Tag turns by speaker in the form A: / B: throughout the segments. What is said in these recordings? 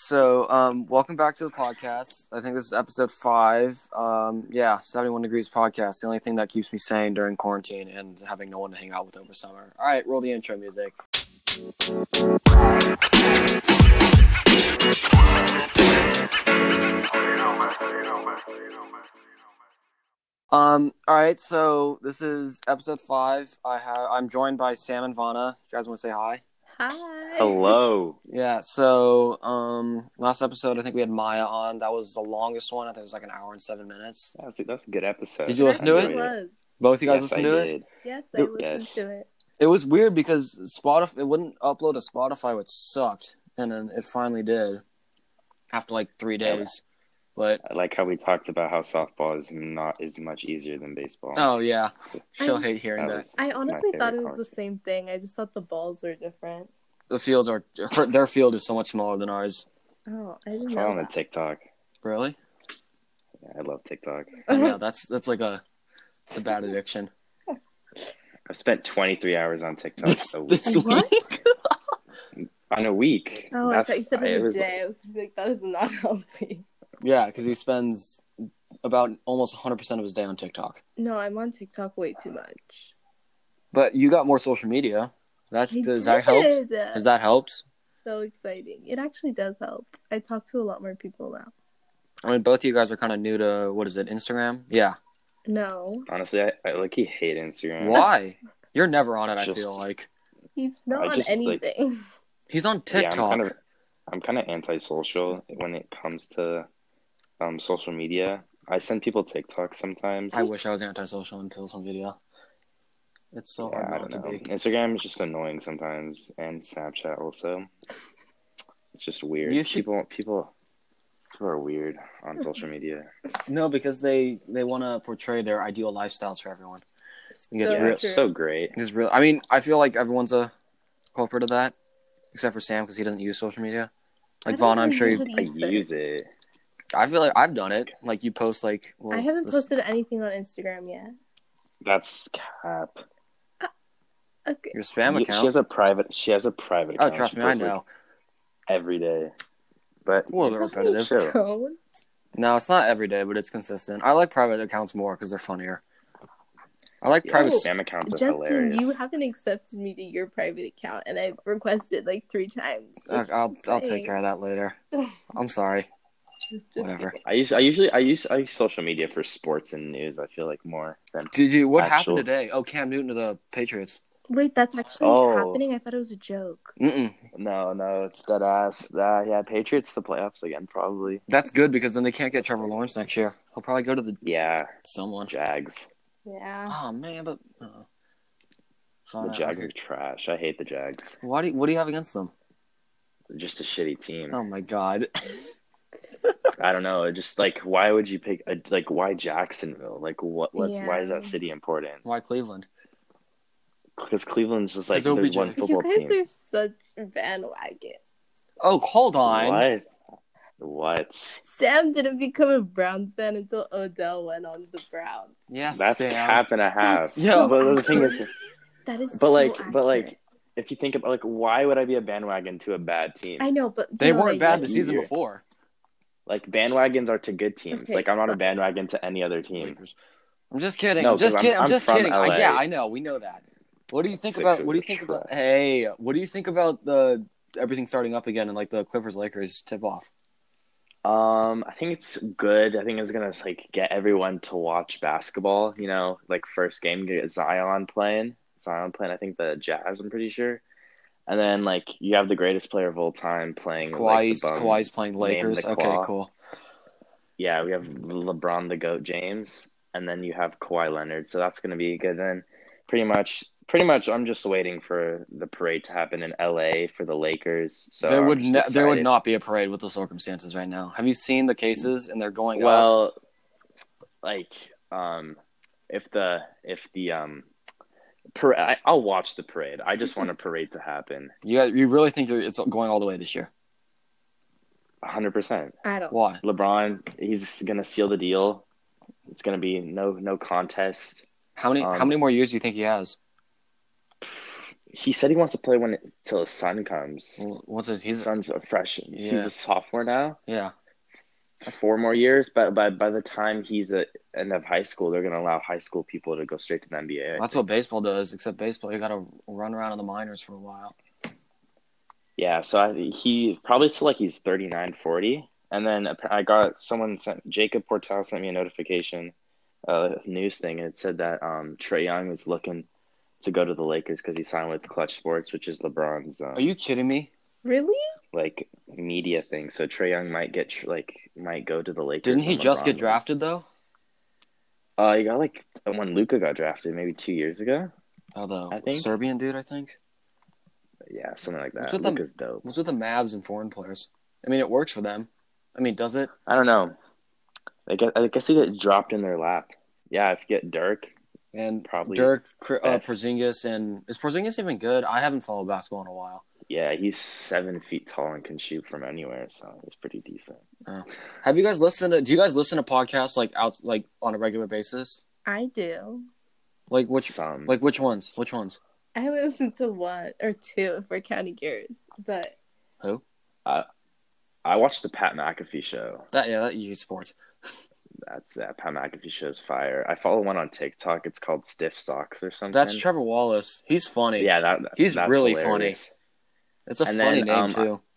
A: So, um, welcome back to the podcast. I think this is episode five. Um, yeah, 71 Degrees Podcast. The only thing that keeps me sane during quarantine and having no one to hang out with over summer. All right, roll the intro music. Um, all right, so this is episode five. I have I'm joined by Sam and Vana. You guys want to say hi?
B: Hi.
C: Hello.
A: Yeah, so um last episode I think we had Maya on. That was the longest one. I think it was like an hour and seven minutes.
C: That's a, that's a good episode.
A: Did you listen to
C: I
A: it?
C: enjoyed
B: was.
A: Both you guys
C: Yes,
A: listened
C: I
A: to it?
C: did.
B: Yes, I
A: It-
B: listened
C: Yes.
B: to it.
A: It was weird because Spotify it wouldn't upload to Spotify, which sucked, and then it finally did after like three
C: Yeah.
A: days. But
C: I like how we talked about how softball is not as much easier than baseball.
A: oh yeah, she'll
B: I-
A: hate hearing that.
B: I honestly thought it was the same thing. I just thought the balls were different.
A: The fields are her, their field is so much smaller than ours.
B: Oh, I didn't
C: It's
B: know
C: on the
B: that.
C: TikTok.
A: Really?
C: Yeah, I love TikTok.
B: Uh-huh.
A: Yeah, that's that's like a it's a bad addiction.
C: I spent 23 hours on TikTok a week,
A: This
B: What?
C: on a week.
B: Oh, I
C: That's-
B: thought you said
C: I- it
B: in a
C: was-
B: day. I was like, that is not healthy.
A: Yeah, because he spends about almost 100 percent of his day on TikTok.
B: No, I'm on TikTok way too much.
A: But you got more social media. That's
B: I
A: does that help?
B: did.
A: Has that helped?
B: so exciting. It actually does help. I talk to a lot more people now.
A: I mean, both of you guys are kind of new to what is it, Instagram? Yeah.
B: No,
C: Honestly, I, I like you hate Instagram.
A: Why? You're never on it. I
C: Just-
A: feel like
B: he's not
C: I
B: on
C: just, like-
B: anything.
A: he's on
C: Yeah, I'm
A: TikTok.
C: kind of- I'm kind of antisocial when it comes to um, social media. I send people TikTok sometimes.
A: I wish I was antisocial until some video. It's so
C: Yeah, I
A: hard
C: don't
A: not
C: know.
A: to be.
C: Instagram is just annoying sometimes, and Snapchat also. It's just weird.
A: You should-
C: People, people, people are weird on social media.
A: No, because they they want to portray their ideal lifestyles for everyone. It gets
B: So
C: yeah,
A: real.
C: it's
B: true.
C: so great.
A: It's real. I mean, I feel like everyone's a culprit of that, except for Sam because he doesn't use social media.
B: I
A: Like
B: don't
A: Vaughn, I'm
B: really
A: sure
B: use
A: you.
C: I
B: it either.
C: use it.
A: I feel like I've done it. Like you post like. well,
B: I haven't
A: this-
B: posted anything on Instagram yet.
C: That's cap.
B: Okay.
A: your spam
C: You- She
A: account.
C: has a private. She has a private.
A: Oh,
C: account.
A: trust
C: She
A: me, I
C: posts, like,
A: know.
C: every day, but
A: It's a little bit
C: it's
A: repetitive.
C: chill.
B: So,
A: No, it's not every day, but it's consistent. I like private accounts more because they're funnier. I like
C: Yeah,
A: private.
B: Oh,
C: spam accounts are
B: Justin,
C: hilarious.
B: you haven't accepted me to your private account, and I've requested like three times.
A: I'll I'll, I'll take care of that later. I'm sorry. Whatever.
C: I use. I usually. I use. I use social media for sports and news. I feel like more than.
A: Did you? What
C: Actual-
A: happened today? Oh, Cam Newton to the Patriots.
B: Wait, that's actually
C: Oh.
B: happening. I thought it was a joke.
A: Mm-mm.
C: No, no, it's dead ass. Uh, yeah, Patriots the playoffs again, probably.
A: That's good because then they can't get Trevor Lawrence next year. He'll probably go to the
C: Yeah,
A: someone.
C: Jags.
B: Yeah.
A: Oh man, but uh,
B: Uh,
C: The Jags are trash. I hate the Jags.
A: Why do you, what do you have against them?
C: They're just a shitty team.
A: Oh my god.
C: I don't know. Just like, why would you pick? A, like, why Jacksonville? Like, what? What's? Why is that
B: Yeah.
C: city important?
A: Why Cleveland?
C: Because Cleveland's just like
A: It's
C: there's
A: OBJ.
C: one
B: You
C: football
B: guys
C: team.
B: are such bandwagon.
A: Oh, hold on.
C: What? What?
B: Sam didn't become a Browns fan until Odell went on the Browns.
A: Yes,
C: That's
A: Sam.
C: half and a half.
B: That's
A: Yeah.
C: Yeah, but the thing is,
B: That is.
C: but
B: so
C: like, but like,
B: accurate.
C: if you think about like, why would I be a bandwagon to a bad team?
B: I know, but
A: They
B: no,
A: weren't bad the
B: wouldn't.
A: season
C: year.
A: before.
C: Like, bandwagons are to good teams.
B: Okay,
C: like, I'm not
B: so-
C: a bandwagon to any other team.
A: Lakers. I'm just kidding.
C: No,
A: I'm just
C: 'cause I'm-
A: kidding. I'm,
C: I'm
A: just
C: from
A: kidding. I-
C: LA.
A: yeah, I know. We know that. What do you think about?
C: Sixers
A: What do you
C: are
A: think about?
C: trash.
A: Hey, what do you think about the everything starting up again and like the Clippers Lakers tip off?
C: Um, I think it's good. I think it's gonna like get everyone to watch basketball. You know, like first game, get Zion playing, Zion playing. I think the Jazz. I'm pretty sure. And then like you have the greatest player of all time playing. like,
A: Kawhi's
C: the bum.
A: Kawhi's playing Lakers.
C: the
A: Okay,
C: claw.
A: cool.
C: Yeah, we have LeBron the goat James, and then you have Kawhi Leonard. So that's gonna be good. Then pretty much, pretty much, I'm just waiting for the parade to happen in LA for the Lakers. So
A: there
C: I'm
A: would
C: just
A: ne- there would
C: excited.
A: not be a parade with the circumstances right now. Have you seen the cases and they're going up?
C: well like um if the if the um par- I, i'll watch the parade i just want a parade to happen
A: You guys- you really think you're, it's going all the way this year?
C: 100%
B: I don't.
A: Why?
C: lebron he's gonna seal the deal it's gonna be no no contest
A: How many
C: Um,
A: how many more years do you think he has?
C: he said he wants to play when it, till his son comes.
A: Well, What's his?
C: His
A: Mm. He's
C: son's a freshman. He's
A: Yeah.
C: a sophomore now.
A: yeah.
C: That's four more years, but by by the time he's at end of high school, they're gonna allow high school people to go straight to the NBA.
A: That's what baseball does. Except baseball, you got to run around in the minors for a while.
C: Yeah, so I, he probably till like he's 39, 40. And then appa- I got someone sent Jacob Portal sent me a notification, uh, news thing, and it said that um, Trey Young was looking to go to the Lakers because he signed with Clutch Sports, which is LeBron's um,
A: Are you kidding me?
B: Really?
C: like media thing. So Trey Young might get tr- like might go to the Lakers.
A: Didn't he
C: when
A: just
C: LeBron
A: get
C: leaves.
A: drafted though?
C: Uh, he got like when Luca got drafted, maybe two years ago.
A: Although
C: I think-
A: Oh, Serbian dude, I think.
C: Yeah, something like that.
A: What's with them-
C: Luca's dope.
A: What's with the Mavs and foreign players? I mean, it works for them. I mean, does it?
C: I don't know. I guess, I guess he get dropped in their lap. Yeah, if you get Dirk,
A: And
C: Probably
A: Dirk, Kr- uh,
C: best.
A: Porzingis, and is Porzingis even good? I haven't followed basketball in a while.
C: Yeah, he's seven feet tall and can shoot from anywhere, so it's pretty decent.
A: Have you guys listened? To, do you guys listen to podcasts like out like on a regular basis?
B: I do.
A: Like which
C: Some
A: like which ones? Which ones?
B: I listen to one or two if we're counting yours, but
A: Who?
C: I watched the Pat McAfee show.
A: That yeah, that you sports.
C: That's that Pat McAfee show's fire. I follow one on TikTok. It's called Stiff Socks or something.
A: That's Trevor Wallace. He's funny.
C: Yeah, that
A: He's
C: that's
A: really
C: hilarious.
A: it's a
C: And
A: funny
C: then,
A: name
C: um,
A: too.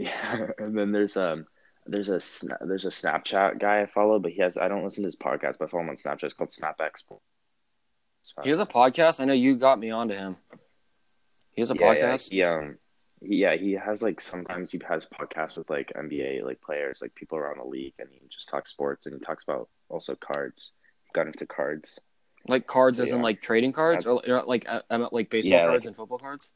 C: Yeah, and then there's um there's a sna- there's a Snapchat guy I follow, but he has I don't listen to his podcast, but I follow him on Snapchat. It's called SnapX. uh,
A: He has a podcast. I know you got me onto him. He has a
C: yeah,
A: podcast.
C: Yeah, he, um, he, yeah, he has like sometimes he has podcasts with like NBA like players, like people around the league, and he just talks sports and he talks about also cards. Got into cards.
A: Like cards,
C: So,
A: as in
C: yeah.
A: like trading cards, or or, like uh, um, like baseball
C: Yeah,
A: cards and football cards.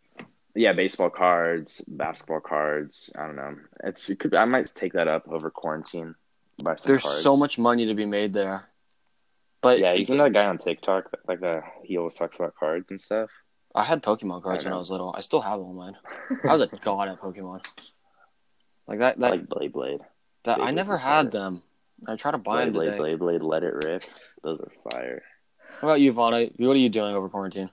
C: Yeah, baseball cards, basketball cards. I don't know. It's it could. I might take that up over quarantine. Buy some
A: There's
C: cards.
A: so much money to be made there. But
C: Yeah, you can know that guy on TikTok, like the he always talks about cards and stuff.
A: I had Pokemon cards
C: I
A: when I
C: know.
A: was little. I still have all mine. I was a god at Pokemon. Like that,
C: I
A: that,
C: like Blade Blade.
A: that I
C: Beyblade
A: never
C: was
A: had
C: better.
A: them. I try to buy
C: Blade
A: them
C: Blade,
A: today.
C: Blade Blade, let it rip. Those are fire.
A: What about you, Vana? What are you doing over quarantine?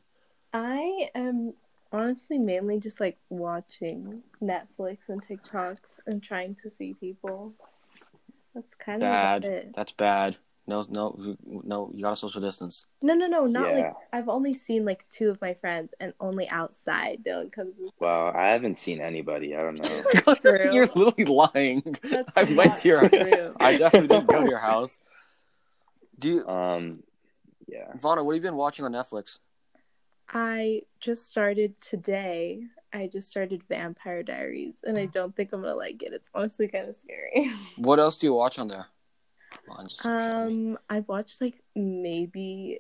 B: I am honestly mainly just like watching Netflix and TikToks and trying to see people. That's kind
A: Bad.
B: of about it.
A: That's bad. No, no, no. You gotta social distance.
B: No, no, no, not like
C: Yeah.
B: I've only seen like two of my friends and only outside. Dylan comes. with-
C: Wow, I haven't seen anybody. I don't know.
B: True.
A: You're literally lying.
B: That's
A: I went
B: not
A: to your-
B: true.
A: I definitely didn't go to your house. Do you,
C: Um, yeah.
A: Vana? What have you been watching on Netflix?
B: I just started today. I just started Vampire Diaries, and I don't think I'm gonna like it. It's honestly kind of scary.
A: What else do you watch on there? Come on, just kidding me.
B: Um, I've watched like maybe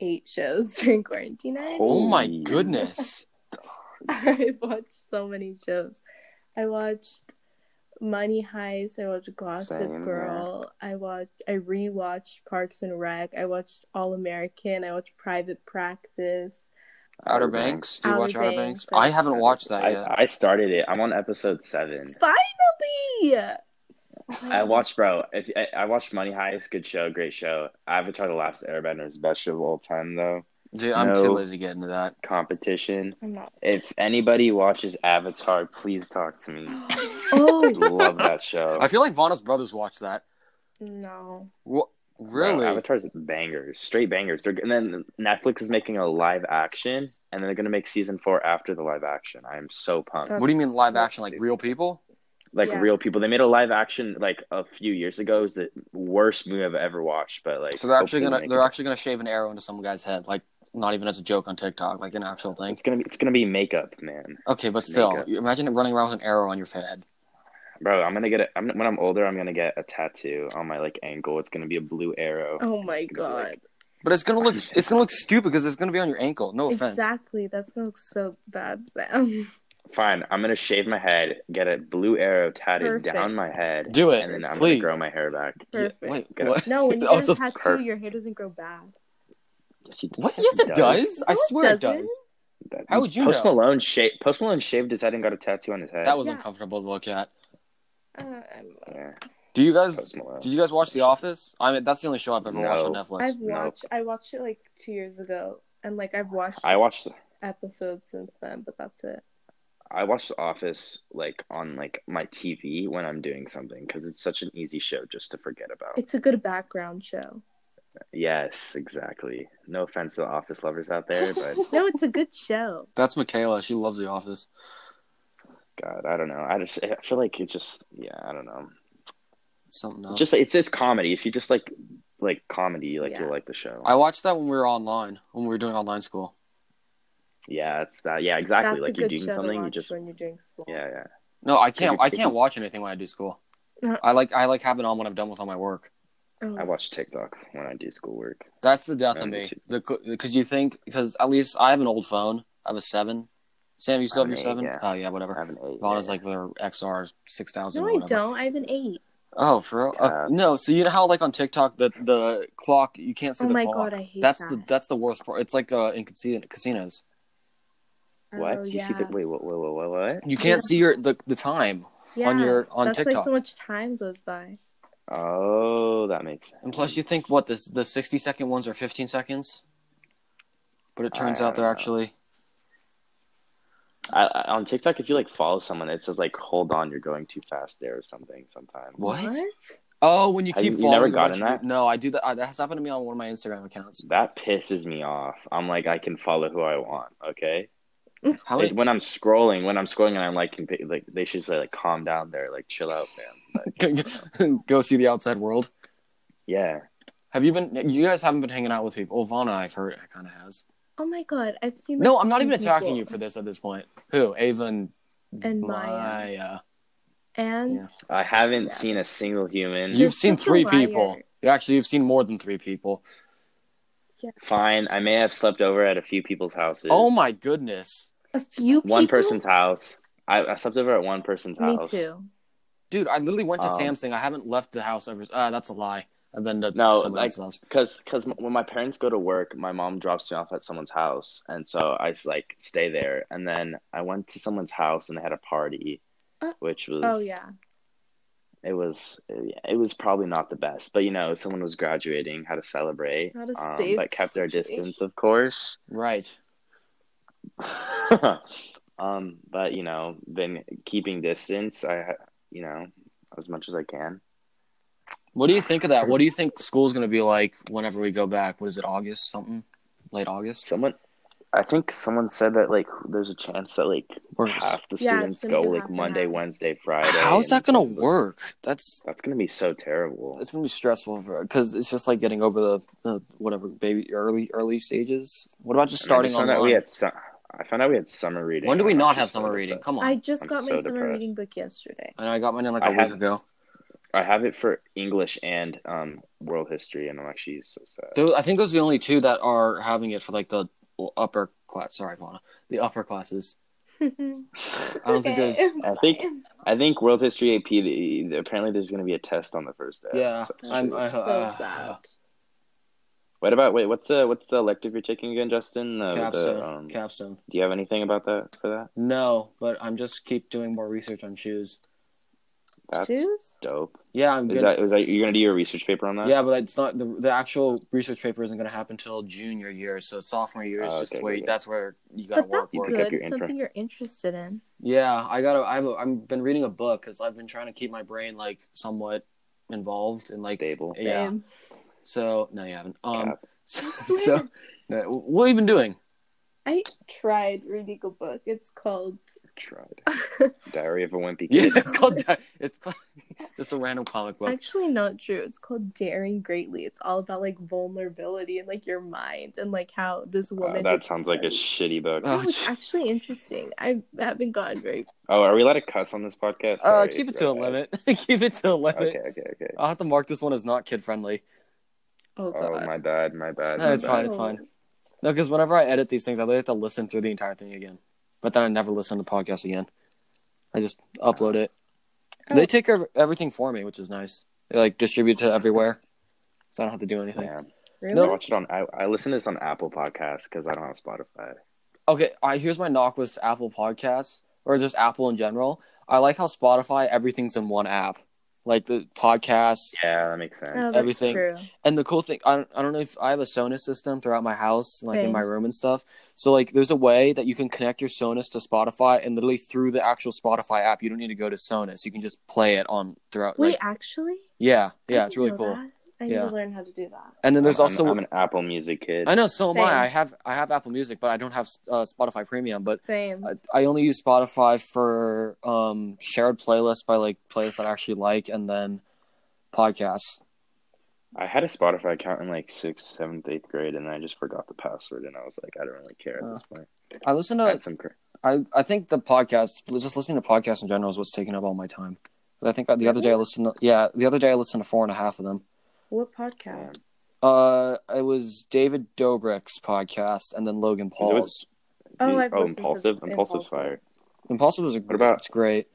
B: eight shows during quarantine. I-
A: oh my
C: Holy-
A: goodness!
B: I've watched so many shows. I watched Money Heist. I watched Gossip
C: Same, yeah.
B: Girl. I watched. I rewatched Parks and Rec. I watched All American. I watched Private Practice.
A: Outer Banks? Do you
B: Outer
A: watch Outer
B: Banks,
A: Banks? I
B: I-
A: haven't watched that
C: I,
A: yet.
C: I started it. I'm on episode seven.
B: Finally,
C: I watched, bro. If, I, I watched Money Heist. Good show. Great show. Avatar: The Last Airbender is best show of all time, though.
A: Dude, I'm
C: No.
A: too lazy to get into that.
C: Competition.
B: I'm not.
C: If anybody watches Avatar, please talk to me.
B: Oh
C: Love that show.
A: I feel like Vana's brothers watch that.
B: no!
A: What?
C: Bro,
A: Really?
C: Avatar's bangers, straight bangers. They're and then Netflix is making a live action, and then they're gonna make season four after the live action. I am so pumped.
A: what do you mean live
B: That's-
A: action? Like real people?
C: like
B: Yeah.
C: real people. They made a live action like a few years ago. It was the worst movie I've ever watched. But like,
A: So they're actually
C: hopefully
A: gonna
C: make
A: they're
C: it.
A: actually gonna shave an arrow into some guy's head, like not even as a joke on TikTok, like an actual thing.
C: it's gonna be it's gonna be makeup, man,
A: Okay, but
C: It's
A: still,
C: makeup.
A: you imagine running around with an arrow on your head.
C: bro. I'm gonna get it. I'm, when I'm older, I'm gonna get a tattoo on my like ankle. It's gonna be a blue arrow.
B: Oh my
C: It's gonna be, like-
B: god!
A: But it's gonna look it's gonna look stupid because it's gonna be on your ankle. No offense.
B: Exactly. That's gonna look so bad, Sam.
C: Fine, I'm gonna shave my head, get a blue arrow tatted
B: Perfect.
C: down my head,
A: Do it,
C: and then I'm
A: please.
C: gonna grow my hair back.
A: Yeah,
B: Perfect.
A: Wait,
C: Get
A: what?
B: No, when you get
A: Also-
B: a tattoo,
C: Perf-
B: your hair doesn't grow back.
C: Yes, he-
A: What?
C: yes,
A: Yes,
C: he
A: it does. I
B: No, it
A: swear it
B: doesn't.
A: does.
C: That-
A: How would you
C: Post
A: know?
C: Malone shaved. Post Malone shaved his head and got a tattoo on his head.
A: That was
B: Yeah.
A: uncomfortable to look at.
B: Uh, I'm-
C: yeah,
A: Do you guys
C: Post Malone.
A: did you guys watch The Office? I mean, that's the only show I've ever watched on
C: No.
A: Netflix.
B: I've
C: no.
B: watched. I watched it like two years ago, and like I've watched.
C: I watched.
B: episodes since then, but that's it.
C: I watch The Office like on like my TV when I'm doing something because it's such an easy show just to forget about.
B: It's a good background show.
C: yes, exactly. No offense to the Office lovers out there, but
B: No, it's a good show.
A: That's Michaela. She loves The Office.
C: God, I don't know. I just I feel like it just yeah, I don't know.
A: Something else.
C: Just it's it's comedy. If you just like like comedy, like
B: Yeah.
C: you'll like the show.
A: I watched that when we were online, when we were doing online school.
C: yeah, it's that. Yeah, exactly.
B: That's
C: like
B: a
C: you're
B: good
C: doing
B: show
C: something,
B: to
C: you
B: watch
C: just
B: when you're doing school.
C: yeah, yeah.
A: No, I can't.
C: Could you-
A: I
C: could
A: can't
C: you-
A: watch anything when I do school.
B: Uh-huh.
A: I like. I like having on when I'm done with all my work.
B: Oh,
C: I watch TikTok when I do schoolwork.
A: That's the death of
C: Yeah, me
A: me.
C: too.
A: Because you think, because at least I have an old phone. I have a seven. Sam, you still have
C: I
A: your
C: have an
A: seven?
C: eight, yeah.
A: Oh yeah,
C: I
A: whatever.
C: have an eight.
A: Vonna's
C: yeah.
A: like their XR six thousand.
B: no, I don't. I have an eight.
A: Oh, for real? Uh,
C: Yeah.
A: no, so you know how like on TikTok the the clock you can't see
B: Oh
A: the
B: my
A: clock.
B: god, I hate
A: that's
B: that.
A: the that's the worst part. It's like uh, in casi- casinos,
B: Oh,
C: what? you see the
B: yeah.
C: wait, what, what, what, what, what?
A: you can't see your the the time. on
B: Yeah,
A: your- on
B: that's why
A: TikTok.
B: so much time goes by.
C: Oh, that makes sense.
A: And plus, you think what this the sixty second ones are fifteen seconds, but it turns
C: I
A: out they're
C: don't know.
A: actually
C: I, I- on TikTok, if you like follow someone, it says like, "Hold on, you're going too fast there" or something. Sometimes.
A: What? oh when you
C: Have
A: keep
C: you- you
A: following.
C: never
A: a bunch
C: gotten
A: of
C: that?
A: people- No, I do that. I, that has happened to me on one of my Instagram accounts.
C: That pisses me off. I'm like, I can follow who I want. Okay.
A: How
C: Like,
A: many?
C: when I'm scrolling, when I'm scrolling, and I'm like, can- like they should say like, calm down there, like chill out, man. But,
A: go see the outside world.
C: yeah.
A: Have you been? You guys haven't been hanging out with people. Oh, Vana, I've heard, kind of has.
B: Oh my god, I've seen. Like,
A: No, I'm not
B: two
A: even attacking
B: people.
A: you for this at this point. Who? Ava and,
B: And Maya. And
A: Yeah.
C: I haven't
B: Yeah.
C: seen a single human.
A: You've seen
B: such a
A: three
B: liar.
A: people. Actually, you've seen more than three people.
C: Fine. I may have slept over at a few people's houses.
A: Oh my goodness,
B: a few.
C: One
B: people?
C: person's house. I, I slept over at one person's
B: Me
C: house.
B: too.
A: dude! I literally went to
C: Um,
A: Sam's thing. I haven't left the house ever. Uh, that's a lie. I've been to
C: No,
A: someone
C: like-
A: else's house.
C: because because when my parents go to work, my mom drops me off at someone's house, and so I just, like stay there. And then I went to someone's house and they had a party,
B: Uh,
C: which was
B: Oh yeah.
C: it was eh, it was probably not the best, but you know someone was graduating, how to celebrate,
B: Not a
C: um,
B: safe
C: but kept their
B: situation.
C: distance, of course.
A: Right.
C: um, but you know, then keeping distance, I ha- you know as much as I can.
A: What do you think of that? What do you think school's gonna be like whenever we go back? What is it? August something? Late August?
C: Someone, I think someone said that like there's a chance that like
A: Or-
C: half the
B: Yeah, it's
C: students
B: gonna
C: go
B: be
C: like
B: half and
C: Monday,
B: half.
C: Wednesday, Friday.
A: How's
C: and
A: that
C: it's
A: gonna
C: like,
A: work? That's
C: That's gonna be so terrible.
A: it's gonna be stressful because it's just like getting over the, the whatever baby early early stages. What about just
C: And I
A: starting
C: just
A: on
C: found out we had su- I found out we had summer reading.
A: When do we
C: I'm
A: not
C: too
A: have summer
C: sure,
A: reading?
C: but
A: Come on.
B: I just
C: I'm
B: got my
C: so
B: summer
C: depressed.
B: reading book yesterday.
A: and I got mine in like a
C: I
A: week
C: have-
A: ago.
C: I have it for English and um world history, and I'm actually so sad.
A: Those, I think those are the only two that are having it for like the upper class. Sorry, Vana. The upper classes.
B: I
A: I don't think there's.
C: I think I think world history AP. The, the- apparently, there's gonna be a test on the first day.
A: Yeah,
C: So-
A: I'm. I,
B: so
A: uh,
B: sad.
C: what about wait? What's the what's the elective you're taking again, Justin? The, the,
A: capstone.
C: um,
A: capstone.
C: do you have anything about that for that?
A: No, but I'm just keep doing more research on shoes.
C: That's
B: Shoes?
C: dope.
A: Yeah, I'm
C: Is
A: good.
C: that is that you're gonna do your research paper on that?
A: yeah, but it's not the the actual research paper isn't going to happen till junior year. So sophomore year is
C: Oh,
A: just
C: okay,
A: wait.
C: okay, okay.
A: That's where you got to
B: But
A: work
B: that's
A: for.
C: pick
A: it.
C: up
B: good.
C: your
B: It's
C: intro.
B: something you're interested in.
A: Yeah, I gotta. I've I've been reading a book because I've been trying to keep my brain like somewhat involved and like
C: Stable.
A: yeah.
B: Same.
A: So no, you haven't. Um,
C: Yeah.
A: so,
B: I swear.
A: so- no, what have you been doing?
B: I tried reading a book. It's called
C: Tried. Diary of a Wimpy
A: Yeah,
C: Kid.
A: it's called. It's called, just a random comic book.
B: actually not true. It's called Daring Greatly. It's all about like vulnerability and like your mind and like how this
C: Wow,
B: woman.
C: Oh, Uh, that sounds like a
B: experienced-
C: shitty book.
A: Uh,
B: No, it's actually interesting. I haven't gotten very.
C: oh, are we allowed to cuss on this podcast?
A: uh,
C: Sorry,
A: keep it
C: right
A: to a
C: guys.
A: limit. Oh, keep it to a limit.
C: Okay, okay, okay.
A: I'll have to mark this one as not kid friendly.
B: Oh god. Oh,
C: Oh, my bad, my bad.
A: No,
C: my
A: it's
C: bad.
A: fine, it's fine. No, because whenever I edit these things, I literally have to listen through the entire thing again. But then I never listen to the podcast again. I just upload it.
B: Oh.
A: They take care of everything for me, which is nice. They like distribute it to everywhere, so I don't have to do anything.
C: Yeah.
B: Really? Oh,
C: I watch it on. I, I listen to this on Apple Podcasts because I don't have Spotify.
A: Okay, I here's my knock with Apple Podcasts or just Apple in general. I like how Spotify everything's in one app. like the podcasts.
C: Yeah, that makes sense.
B: Oh, that's
A: Everything.
B: True.
A: And the cool thing, I don't, I don't know if I have a Sonos system throughout my house, like in
B: Same.
A: my room and stuff. So like, there's a way that you can connect your Sonos to Spotify, and literally through the actual Spotify app, you don't need to go to Sonos. You can just play it on throughout.
B: Wait,
A: like,
B: actually?
A: yeah,
B: I
A: yeah, it's
B: didn't
A: really
B: know
A: cool.
B: that. I
A: Yeah.
B: need to learn how to do that.
A: And then there's
C: I'm-
A: also
C: I'm, an Apple Music kid.
A: I know, so am
B: Same.
A: I. I have I have Apple Music, but I don't have uh, Spotify Premium. But
B: Same.
A: I, I only use Spotify for um, shared playlists by like playlists that I actually like, and then podcasts.
C: I had a Spotify account in like sixth, seventh, eighth grade, and I just forgot the password, and I was like, I don't really care at this
A: Oh.
C: point.
A: I listen
B: Oh.
C: I
A: to
C: had some cr-
A: I I think the podcast just listening to podcasts in general is what's taking up all my time. But I think the other day I listened. To, yeah, the other day I listened to four and a half of them.
B: What podcast?
A: Uh, it was David Dobrik's podcast, and then Logan
C: it with-
A: Paul's.
B: Oh, I've listened to
C: impulsive, impulsive
B: Impulsive.
C: fire.
A: Impulsive was a,
C: What about-
A: It's great.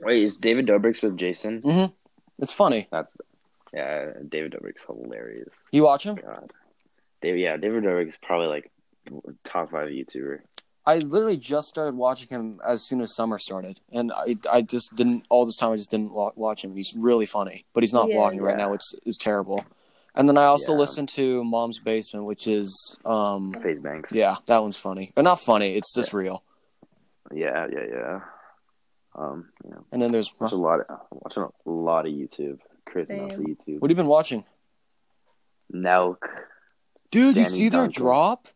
C: Wait, is David Dobrik's with Jason?
A: Mm. It's funny.
C: That's yeah, David Dobrik's hilarious.
A: You watch him?
C: God, David, yeah, David Dobrik is probably like top five YouTuber.
A: I literally just started watching him as soon as summer started, and I I just didn't all this time I just didn't lo- watch him. He's really funny, but he's not
B: Yeah,
A: vlogging right
C: yeah.
A: now, which is terrible. And then I also
C: Yeah.
A: listen to Mom's Basement, which is um
C: Faith Banks.
A: yeah that one's funny, but not funny. It's just real.
C: yeah, yeah, yeah. Um, you know,
A: And then there's what
C: watch a lot. Of, watching a lot of YouTube. Crazy
B: Same.
C: amount of YouTube.
A: have you been watching,
C: Nelk,
A: dude? you
C: Danny
A: see their
C: Duncan.
A: drop?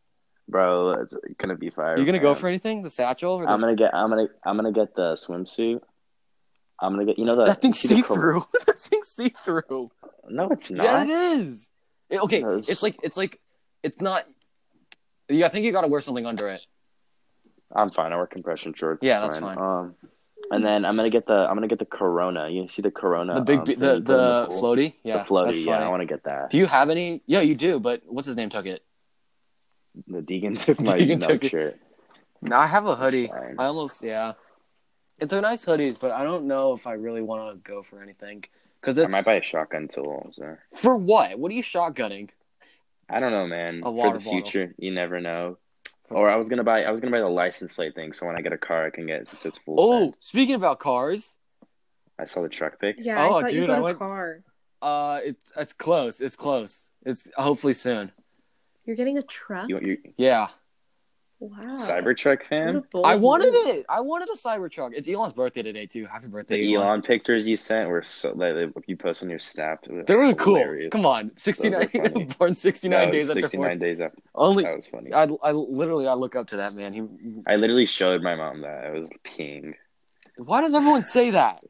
C: bro, it's gonna be fire.
A: you gonna go
C: man.
A: for anything? The satchel? Or the...
C: I'm gonna get. I'm gonna. I'm gonna get the swimsuit. I'm gonna get. You know the
A: that thing's
C: you see
A: see
C: the cor-
A: through. that thing's see through.
C: No, it's not.
A: Yeah, it is. It- okay,
C: No, it's-
A: it's like it's like it's not. Yeah, I think you gotta wear something under it.
C: I'm fine. I wear compression shorts.
A: Yeah, that's fine.
C: Um, and then I'm gonna get the. I'm gonna get the Corona. You see the Corona.
A: the big
C: um,
A: be-
C: thing
A: the,
C: you put in
A: the
C: pool?
A: floaty
C: The
A: yeah that's
C: floaty. Yeah,
A: funny.
C: I want to get that.
A: do you have any yeah you do but what's his name took it
C: The Deegan took my
A: Deegan
C: no
A: took it.
C: shirt.
A: no i have a
C: hoodie.
A: hoodie
C: fine.
A: i almost yeah it's a nice hoodies but i don't know if i really want to go for anything because
C: I
A: it's
C: might buy a shotgun tool. So.
A: for what what are you shotgunning
C: I don't know, man.
A: A
C: For
A: water
C: the
A: bottle.
C: future, you never know.
A: For-
C: Or I was gonna buy. I was gonna buy the license plate thing. So when I get a car, I can get it says full.
A: oh
C: send.
A: speaking about cars
C: I saw the truck pic.
B: Yeah,
A: Oh,
B: I thought
A: dude,
B: you
A: I
B: got a
A: went-
B: car.
A: uh it's it's close it's close it's hopefully soon
B: You're getting a truck?
C: You, you
A: yeah
B: Wow.
C: Cybertruck
B: What a
C: fan?
B: bold
A: i wanted
B: move.
A: it i wanted a cybertruck it's elon's birthday today too happy birthday
C: The Elon pictures you sent were so like if you post on your snap.
A: they were cool
C: hilarious.
A: come on 69
C: funny.
A: born
C: That
A: 69
C: was
A: days after
C: 69
A: four
C: days after.
A: only
C: That was funny. I,
A: I, I literally I look up to that man. He
C: literally showed my mom that I was peeing.
A: Why does everyone say that?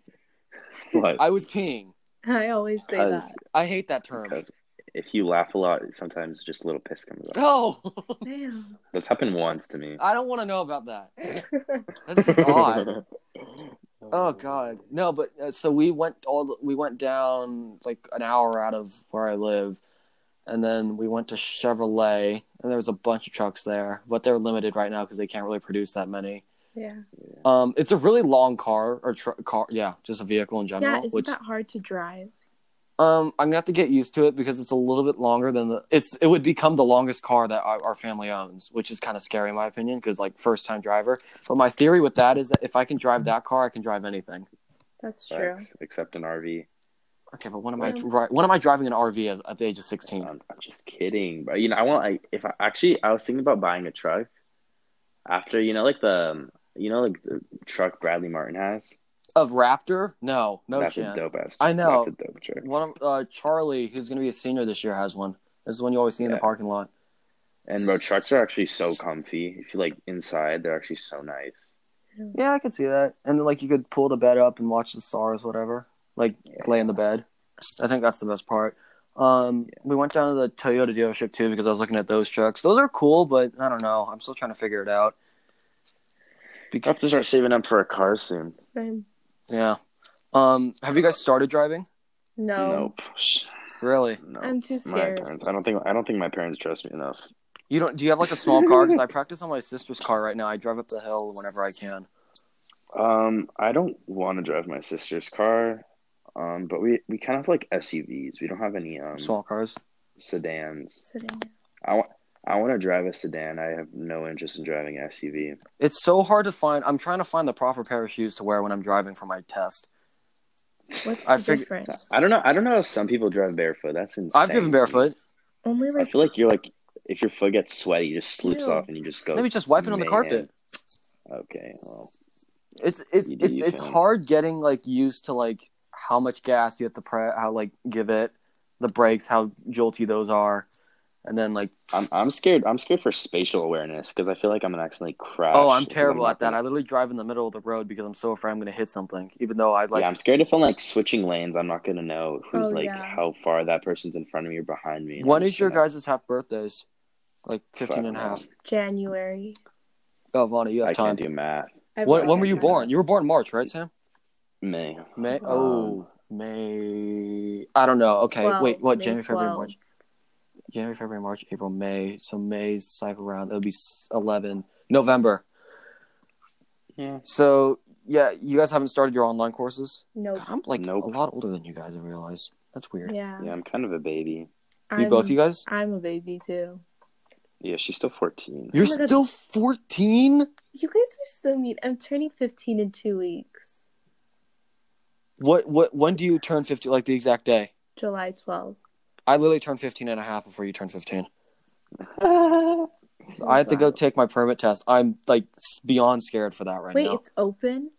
C: What?
A: I was peeing.
B: I always say that.
C: Because
A: I hate that term.
C: because if you laugh a lot, sometimes just a little piss comes out.
A: No,
B: Damn.
C: That's happened once to me.
A: I don't want to know about that. That's just odd. Oh
C: Um,
A: God, no. But uh, so we went all the- we went down like an hour out of where I live, and then we went to Chevrolet, and there was a bunch of trucks there, but they're limited right now because they can't really produce that many.
B: yeah.
A: Um, it's a really long car or tr- car, yeah, just a vehicle in
B: Yeah,
A: general.
B: isn't
A: which
B: that hard to drive?
A: Um, I'm gonna have to get used to it because it's a little bit longer than the. It's it would become the longest car that our, our family owns, which is kind of scary in my opinion because like first time driver. But my theory with that is that if I can
C: Mm-hmm.
A: drive that car, I can drive anything.
B: That's true.
C: Facts, Except an RV.
A: Okay, but when am I
B: Yeah.
A: dri- when am I driving an RV as, at the age of 16?
C: Um, I'm, I'm just kidding, bro. You know, I want like if I actually I was thinking about buying a truck after you know like the um, you know like the truck Bradley Martin has.
A: Of Raptor? No, no
C: That's
A: chance.
C: a dope ass.
A: I know.
C: That's a dope truck.
A: One of uh, Charlie, who's gonna be a senior this year, has one. This is one you always see in the
C: Yeah.
A: parking lot.
C: And bro, trucks are actually so comfy. If you like inside, they're actually so nice.
A: Yeah, I could see that. And then like you could pull the bed up and watch the stars, whatever. Like lay in the bed. I think that's the best part. Um, we went down to the Toyota dealership too because I was looking at those trucks. Those are cool, but I don't know. I'm still trying to figure it out.
C: I have to start saving up for a car soon.
B: Same.
A: Yeah. Um, have you guys started driving?
B: No.
C: Nope. Sh-
A: Really?
C: No.
B: I'm too
C: my
B: scared.
C: parents. I don't think. I don't think my parents trust me enough.
A: You don't? Do you have like a small car? Because I practice on my sister's car right now. I drive up the hill whenever I can.
C: Um, I don't want to drive my sister's car. Um, but we we kind of have like SUVs. We don't have any um
A: Small cars.
C: sedans.
B: Sitting.
C: I want. I want to drive a sedan. I have no interest in driving an SUV.
A: It's so hard to find. I'm trying to find the proper pair of shoes to wear when I'm driving for my test.
B: What's
A: I
B: the
A: fig-
B: difference?
C: I don't know. I don't know if some people drive barefoot. That's insane.
A: I've driven barefoot.
B: Only
C: I
B: like
C: feel like you're like if your foot gets sweaty, it just slips
B: Ew.
C: off and you just go.
A: Maybe just wipe it on the
C: Man.
A: carpet.
C: Okay, well,
A: It's it's
C: You do
A: it's
C: you,
A: it's
C: Finn.
A: hard getting like used to like how much gas you have to pre- how like give it, the brakes, how jolty those are, and then like
C: I'm I'm scared. I'm scared for spatial awareness because I feel like I'm gonna accidentally crash.
A: oh, I'm
C: if
A: terrible at
C: not-
A: that. I literally drive in the middle of the road because I'm so afraid I'm gonna hit something, even though I like
C: yeah, I'm scared if I'm like switching lanes. I'm not gonna know who's
B: Oh,
C: like
B: yeah.
C: how far that person's in front of me or behind me. and
A: When
C: I'm
A: is
C: just
A: your
C: gonna-
A: guys' half birthdays? Like 15 and a half.
B: January.
A: Oh, Vonna, you
C: I
A: have time.
C: can't do math.
A: When,
B: I brought
A: when
B: it
A: were you
B: back.
A: born? You were born March, right, Sam?
C: May.
A: May.
B: Um,
A: Oh, May. I don't know. Okay,
B: Twelve,
A: wait. What?
B: May
A: January, February,
B: 12.
A: March. January, February, March, April, May. So May's cycle round. It'll be s- 11. November.
C: Yeah.
A: So yeah, you guys haven't started your online courses.
B: Nope.
A: God, I'm like
C: Nope.
A: a lot older than you guys. I realize that's weird.
B: Yeah.
C: Yeah, I'm kind of a baby.
A: You both, you guys.
B: I'm a baby too.
C: Yeah, she's still 14.
A: You're
B: my God.
A: still 14.
B: You guys are so mean. I'm turning 15 in two weeks,
A: What? What? When do you turn 50? Like the exact day?
B: July 12th.
A: I literally turned 15 and a half before you turned 15.
C: So
A: I have to go
C: it's
A: take my permit test. I'm like s- beyond scared for that right
B: Wait,
A: now.
B: it's open?
C: not-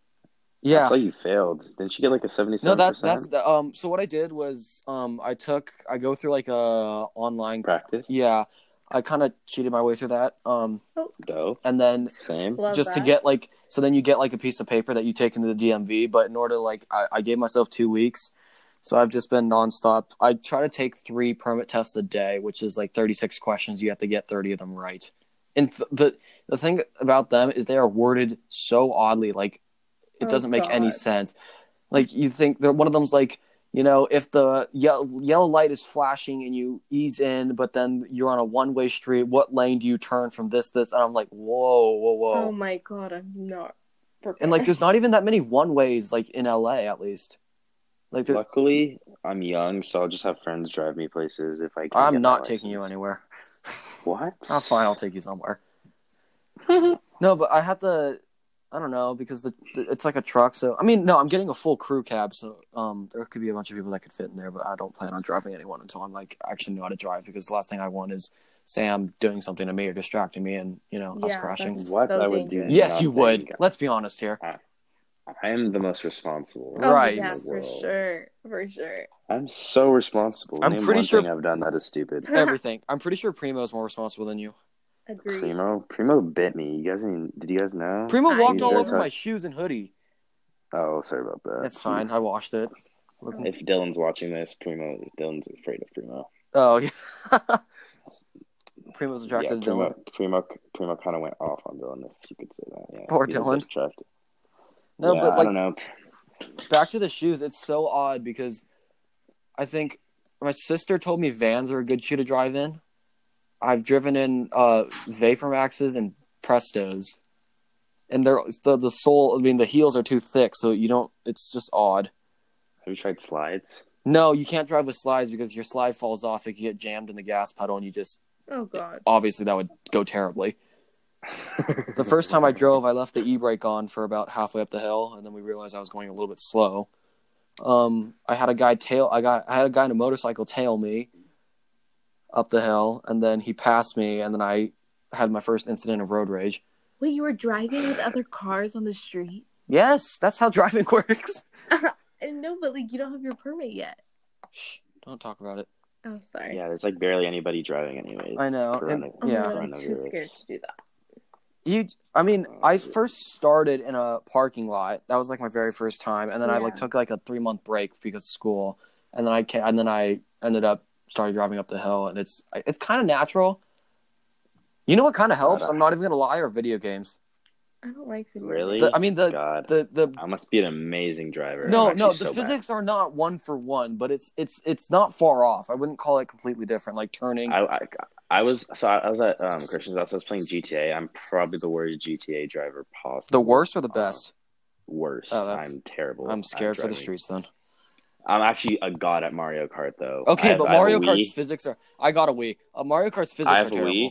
C: I
A: yeah.
C: saw you failed. Didn't she get like a 77%?
A: No, that that's the, um. So what I did was um, I took I go through like a online.
C: practice.
A: Yeah, I kind of cheated my way through that. Um,
C: Dope.
A: and then
C: Same.
B: Love
A: just to
B: that.
A: get like so then you get like a piece of paper that you take into the DMV. But in order like I, I gave myself two weeks, so I've just been nonstop. I try to take three permit tests a day, which is like thirty six questions. You have to get thirty of them right. And th- the the thing about them is they are worded so oddly, like it
B: Oh,
A: doesn't make any
B: God.
A: sense. Like you think that one of them's like you know if the yellow, yellow light is flashing and you ease in but then you're on a one-way street what lane do you turn from this this and i'm like whoa whoa whoa
B: Oh my god, I'm not. Prepared.
A: and like, there's not even that many one ways, like in LA at least. Like, there-
C: Luckily, I'm young, so I'll just have friends drive me places if I can. get my
A: I'm not taking you
C: license.
A: anywhere.
C: What?
A: Oh, fine, I'll take you somewhere. No, but I have to. I don't know because the, the it's like a truck. So I mean, no, I'm getting a full crew cab. So um, there could be a bunch of people that could fit in there, but I don't plan on driving anyone until I'm like actually know how to drive because the last thing I want is Sam doing something to me or distracting me and you know us
B: Yeah,
A: crashing.
B: that's-
C: What?
B: So
C: I would do.
B: dangerous.
A: Yes, you
C: nothing.
A: would. Let's be honest here.
C: I am the most responsible.
B: oh,
A: Right.
B: Yeah,
C: in the
B: for
C: world.
B: sure. For sure.
C: I'm so responsible.
A: I'm
C: Name
A: pretty
C: one
A: sure-
C: thing I've done that is stupid.
A: Everything. I'm pretty sure Primo is more responsible than you.
B: Agreed.
C: Primo, Primo bit me. You guys, didn't, did you guys know?
A: Primo
B: I
A: walked all
B: know.
A: over my shoes and hoodie.
C: Oh, sorry about that.
A: That's fine. I washed it.
B: Looking-
C: If Dylan's watching this, Primo, Dylan's afraid of Primo.
A: Oh yeah. Primo's
C: yeah,
A: attracted to
C: Primo,
A: Dylan.
C: Primo, Primo kind of went off on Dylan, if you could say that. Yeah,
A: Poor
C: He's a bit
A: Dylan.
C: attracted.
A: No,
C: Yeah,
A: but
C: I
A: like
C: don't know.
A: back to the shoes, it's so odd because I think my sister told me vans are a good shoe to drive in. I've driven in uh Vapormaxes and Prestos. And they're the the sole I mean the heels are too thick, so you don't it's just odd.
C: Have you tried slides?
A: No, you can't drive with slides because your slide falls off, it could get jammed in the gas pedal and you just
B: Oh god.
A: obviously that would go terribly. The first time I drove, I left the e brake on for about halfway up the hill, and then we realized I was going a little bit slow. Um, I had a guy tail. I got. I had a guy in a motorcycle tail me up the hill, and then he passed me, and then I had my first incident of road rage.
B: Wait, you were driving with other cars on the street?
A: Yes, that's how driving works.
B: And no, but like you don't have your permit yet.
A: Shh, don't talk about it.
B: Oh, sorry.
C: Yeah, there's like barely anybody driving, anyways.
A: I know,
C: It's
A: and-
C: corona-
B: Oh my
A: Yeah.
B: god, I'm too
C: coronavirus.
B: scared to do that.
A: You. I mean, I first started in a parking lot. That was like my very first time, and then I like
B: Yeah.
A: took like a three month break because of school, and then I ca- and then I ended up started driving up the hill, and it's it's kind of natural. You know what kind of helps?
C: Kinda.
A: I'm not even gonna lie. Are video games?
B: I don't like video.
C: Really?
A: The, I mean the
C: God,
A: the the
C: I must be an amazing driver.
A: no
C: I'm
A: no the
C: actually so bad.
A: physics are not one for one, but it's it's it's not far off. I wouldn't call it completely different. Like turning.
C: I, I I was so I, I was at um, Christian's house. I was playing GTA. I'm probably the worst GTA driver possible.
A: the worst or the best?
C: Worst.
A: Oh, that's-
C: I'm terrible.
A: I'm
C: at
A: scared for the
C: driving.
A: streets then.
C: I'm actually a god at Mario Kart though. I
A: Okay,
C: have-
A: but
C: I have a
A: Mario Kart's
C: Wii.
A: physics are. I got a Wii. Uh, Mario Kart's physics
C: I
A: are
C: have a
A: terrible.
C: Wii.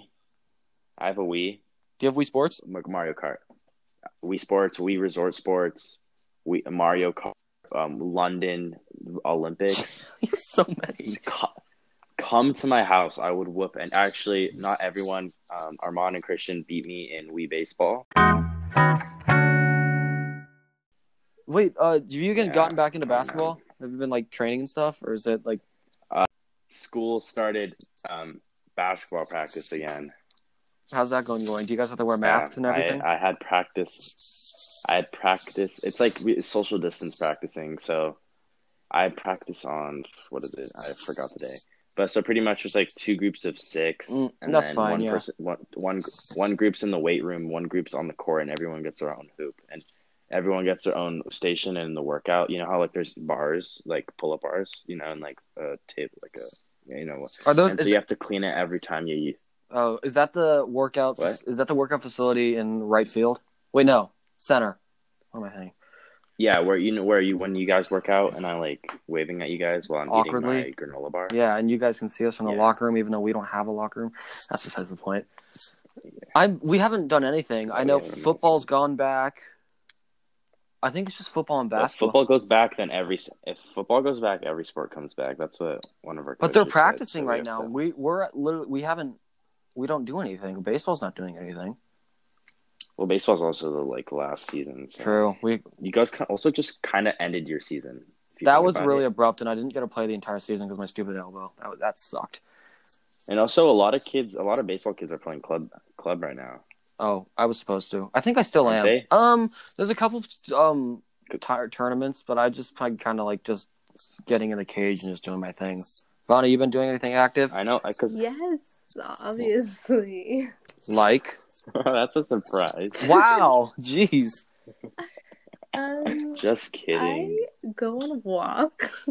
C: I have a Wii.
A: Do you have Wii Sports?
C: Mar- Mario Kart, Wii Sports, Wii Resort Sports, Wii Mario Kart, um, London Olympics,
A: so many.
C: co- come to my house. I would whoop. And actually, not everyone. Um, Armand and Christian beat me in Wii baseball.
A: Wait, uh, have you even
C: Yeah,
A: gotten back into
C: I don't know.
A: basketball? Have you been like training and stuff, or is it like?
C: School started um, basketball practice again.
A: How's that going? Going? Do you guys have to wear masks and
C: Yeah, Uh, Um, I-
A: everything?
C: I, had practice. I had practice. It's like we- social distance practicing. So I had practice on what is it? I forgot the day. But so pretty much just like two groups of six,
A: Mm, that's fine,
C: one
A: yeah.
C: person, one, one one group's in the weight room, one group's on the court, and everyone gets their own hoop, and everyone gets their own station in the workout. You know how like there's bars, like pull up bars, you know, and like a table, like a you know,
A: Are those?
C: and so
A: Is,
C: you have to clean it every time you
A: Oh, is that the workout?
C: What?
A: Is that the workout facility in right field? Wait, no, center. What am I thinking?
C: Yeah, where you know where you when you guys work out and I like waving at you guys while I'm
A: Awkwardly.
C: eating my granola bar.
A: Yeah, and you guys can see us from the
C: Yeah.
A: locker room, even though we don't have a locker room. That's besides the point. I'm. We haven't done anything. I know
C: Yeah, that's-
A: football's gone back. I think it's just football and
C: If
A: basketball.
C: football goes back, then every s- if football goes back, every sport comes back. That's what one of our.
A: but they're
C: coaches said, so
A: practicing
C: we
A: right
C: have
A: now.
C: to-
A: We we're at literally we haven't. We don't do anything. Baseball's not doing anything.
C: well, baseball's also the like last season. So.
A: True. We
C: You guys ki- also just kind of ended your season. if you
A: that
C: think
A: was
C: about
A: really
C: it.
A: abrupt, and I didn't get to play the entire season because my stupid elbow. That, that sucked.
C: and also a lot of kids, a lot of baseball kids are playing club club right now.
A: Oh, I was supposed to. I think I still
C: Aren't
A: am.
C: they?
A: Um, there's a couple um tire tournaments, but I just kind of like just getting in the cage and just doing my thing. Vana, you been doing anything active?
C: I know because
B: Yes, obviously.
A: Like,
C: that's a surprise.
A: wow, jeez.
B: Um,
C: Just kidding.
B: I go on a walk.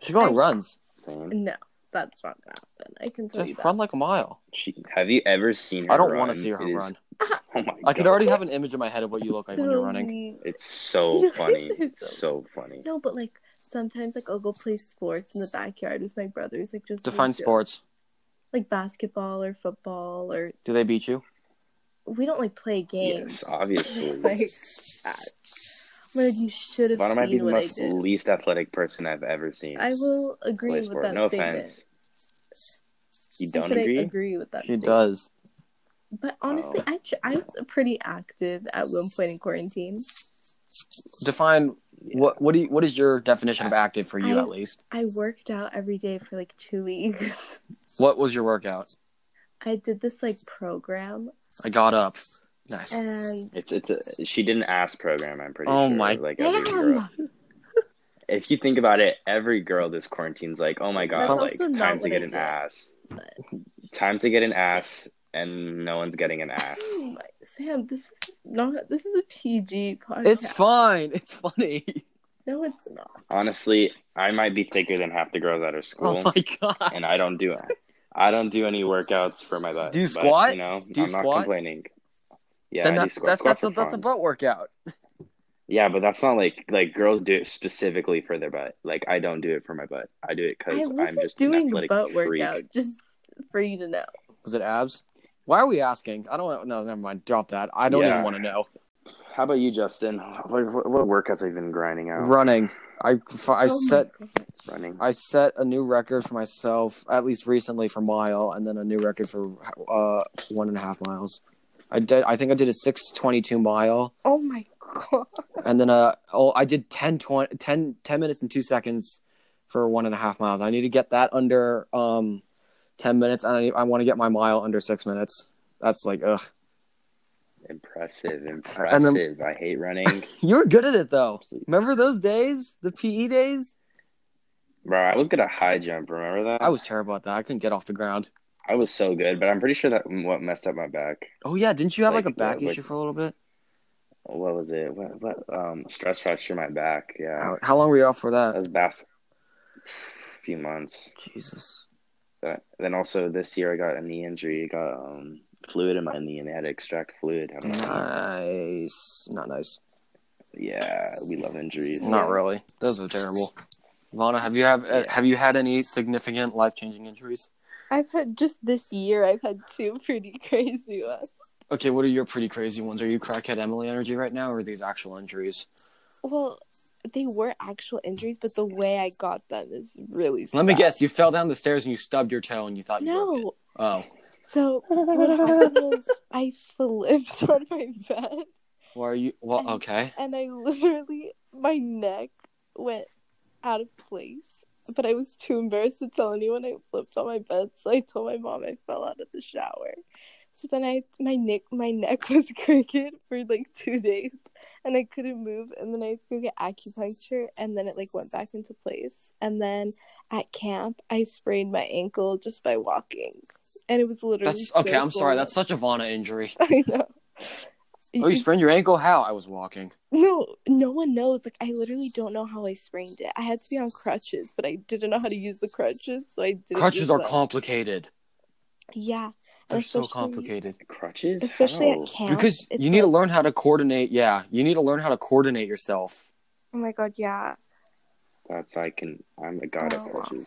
A: She going runs.
C: Same.
B: no, that's not gonna happen. I can tell you
A: Just
B: that.
A: run like a mile.
C: She, have you ever seen her?
A: I don't
C: want to
A: see her
C: it is-
A: run.
C: Oh my
A: I could
C: God.
A: already have an image in my head of what you look like when you're
B: So
A: running.
B: mean.
C: It's so
B: You guys
C: funny.
B: are
C: It's
B: so-
C: so funny.
B: No, but like sometimes like I'll go play sports in the backyard with my brothers, like just
A: Define
B: like,
A: sports.
B: like basketball or football or
A: Do they beat you?
B: we don't like play games.
C: Yes, obviously.
B: like that. Like you should have
C: Vana might be
B: seen
C: the
B: what I
C: most
B: did.
C: least athletic person I've ever seen.
B: I will agree
C: play
B: with
C: sport.
B: that
C: No
B: statement.
C: offense. You
B: I
C: don't
B: said I
C: agree? Oh.
B: agree with that.
A: She
B: statement.
A: does.
B: But honestly, I tr- I was pretty active at one point in quarantine.
A: Define
C: Yeah.
A: what what do you, what is your definition of active for you
B: I-
A: at least?
B: I worked out every day for like two weeks.
A: What was your workout?
B: I did this like program
A: I got up. Nice.
B: and
C: It's it's a, she didn't ask program. I'm pretty
A: Oh
C: sure.
A: my-
C: Like every girl.
B: damn.
C: If you think about it, every girl this quarantine's like, oh my god,
B: That's
C: like
B: also not
C: time to
B: what
C: get
B: I
C: an
B: did.
C: ass, time to get an ass, and no one's getting an ass.
B: Oh my- Sam, this is not. This is a PG podcast.
A: It's fine. It's funny.
B: no, it's not.
C: Honestly, I might be thicker than half the girls at her school.
A: Oh my god.
C: and I don't do I don't do any workouts for my butt.
A: Do you
C: but,
A: squat?
C: you know,
A: Do you
C: I'm not
A: squat?
C: complaining. Yeah,
A: then
C: I
A: that's
C: do squat.
A: that's
C: Squats
A: that's a,
C: are
A: that's a
C: fun.
A: butt workout.
C: Yeah, but that's not like like girls do it specifically for their butt. Like I don't do it for my butt. I do it
B: I
C: because I'm
B: wasn't
C: just
B: doing
C: an athletic
B: butt
C: freak.
B: workout just for you to know.
A: Was it abs? Why are we asking? I don't know. Never mind. Drop that. I don't even
C: Yeah.
A: want to know.
C: How about you, Justin? What, what, what workouts have you been grinding out?
A: Running. I, I
B: Oh my
A: set
B: God.
C: Running.
A: I set a new record for myself at least recently for mile, and then a new record for uh one and a half miles. I did. I think I did a six twenty two mile,
B: Oh my god.
A: and then uh oh I did 10, 20, 10, 10 minutes and two seconds for one and a half miles. I need to get that under um ten minutes, and I I want to get my mile under six minutes. That's like ugh.
C: Impressive, impressive. I hate running.
A: You were good at it though.
C: Absolutely.
A: Remember those days, the PE days?
C: Bro, I was good at high jump. Remember that?
A: I was terrible at that. I couldn't get off the ground.
C: I was so good, but I'm pretty sure that what messed up my back.
A: Oh yeah, didn't you have like,
C: Like,
A: a back
C: like-
A: issue for a little bit?
C: What was it? What, what um stress fracture my back? Yeah.
A: How- How long were you out Uh, for that?
C: That was bas- few months.
A: Jesus.
C: That, then also this year I got a knee injury. I got um, fluid in my knee, and they had to extract fluid. out of my knee.
A: Nice. Not nice.
C: yeah, we love injuries.
A: Not really. Those were terrible. Lana, have you have uh, have you had any significant life changing injuries?
B: I've had just this year. I've had two pretty crazy ones.
A: Okay, what are your pretty crazy ones? Are you crackhead Emily energy right now, or are these actual injuries?
B: Well, they were actual injuries, but the way I got them is really.
A: Let me
B: sad.
A: guess. You fell down the stairs and you stubbed your toe and you thought you broke it.
B: No,
A: Oh,
B: so what happened was I flipped on my bed,
A: why are you? Well, okay.
B: and I literally my neck went out of place. But I was too embarrassed to tell anyone I flipped on my bed, so I told my mom I fell out of the shower. So then I my neck my neck was crooked for like two days, and I couldn't move. And then I had to go get acupuncture, and then it like went back into place. And then at camp, I sprained my ankle just by walking, and it was literally
A: That's okay.
B: so
A: I'm sorry.
B: swollen.
A: That's such a Vana injury.
B: I know.
A: Oh, you sprained your ankle? How? I was walking.
B: No, no one knows. Like, I literally don't know how I sprained it. I had to be on crutches, but I didn't know how to use the crutches, so I didn't. use
A: Crutches are
B: them.
A: complicated.
B: Yeah,
A: They're so
B: especially-
A: complicated.
C: Crutches?
B: especially
C: How?
B: at camp
A: Because
B: it's
A: you need to
B: like-
A: learn how to coordinate. Yeah, you need to learn how to coordinate yourself.
B: Oh my god, yeah.
C: That's I can. I'm a god
B: Oh.
C: at crutches.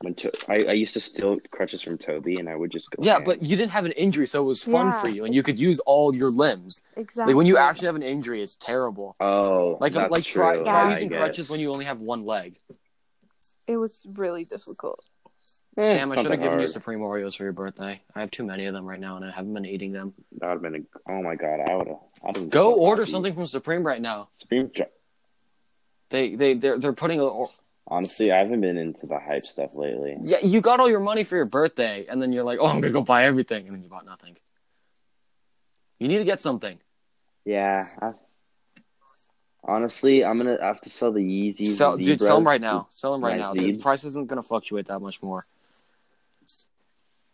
C: When to, I, I used to steal crutches from Toby, and I would just go.
A: Yeah,
C: ham.
A: but you didn't have an injury, so it was fun
B: Yeah.
A: for you, and you could use all your limbs.
B: Exactly.
A: Like when you actually have an injury, it's terrible.
C: oh,
A: Like
C: that's
A: like
C: true.
A: try, try
B: Yeah, I
A: using
C: guess. Eh.
A: crutches when you only have one leg.
B: it was really difficult.
C: Eh,
A: Sam,
C: it's
A: I
C: not
A: should have
C: that
A: given you
C: hard.
A: Supreme Oreos for your birthday. I have too many of them right now, and I haven't been eating them.
C: That would have been. A, oh my god, I would have. I'd have
A: Go
C: so
A: order
C: happy.
A: something from Supreme right now.
C: Supreme. Jo-
A: They they they're, they're putting a or-
C: Honestly, I haven't been into the hype stuff lately.
A: yeah. You got all your money for your birthday, and then you're like, oh, I'm gonna go buy everything, and then you bought nothing. You need to get something.
C: Yeah. i honestly, I'm gonna have to sell the Yeezys.
A: Sell, dude, sell them
C: Zebras.
A: right now. Sell them right
C: my
A: now. The
C: Zebes.
A: price isn't gonna fluctuate that much more.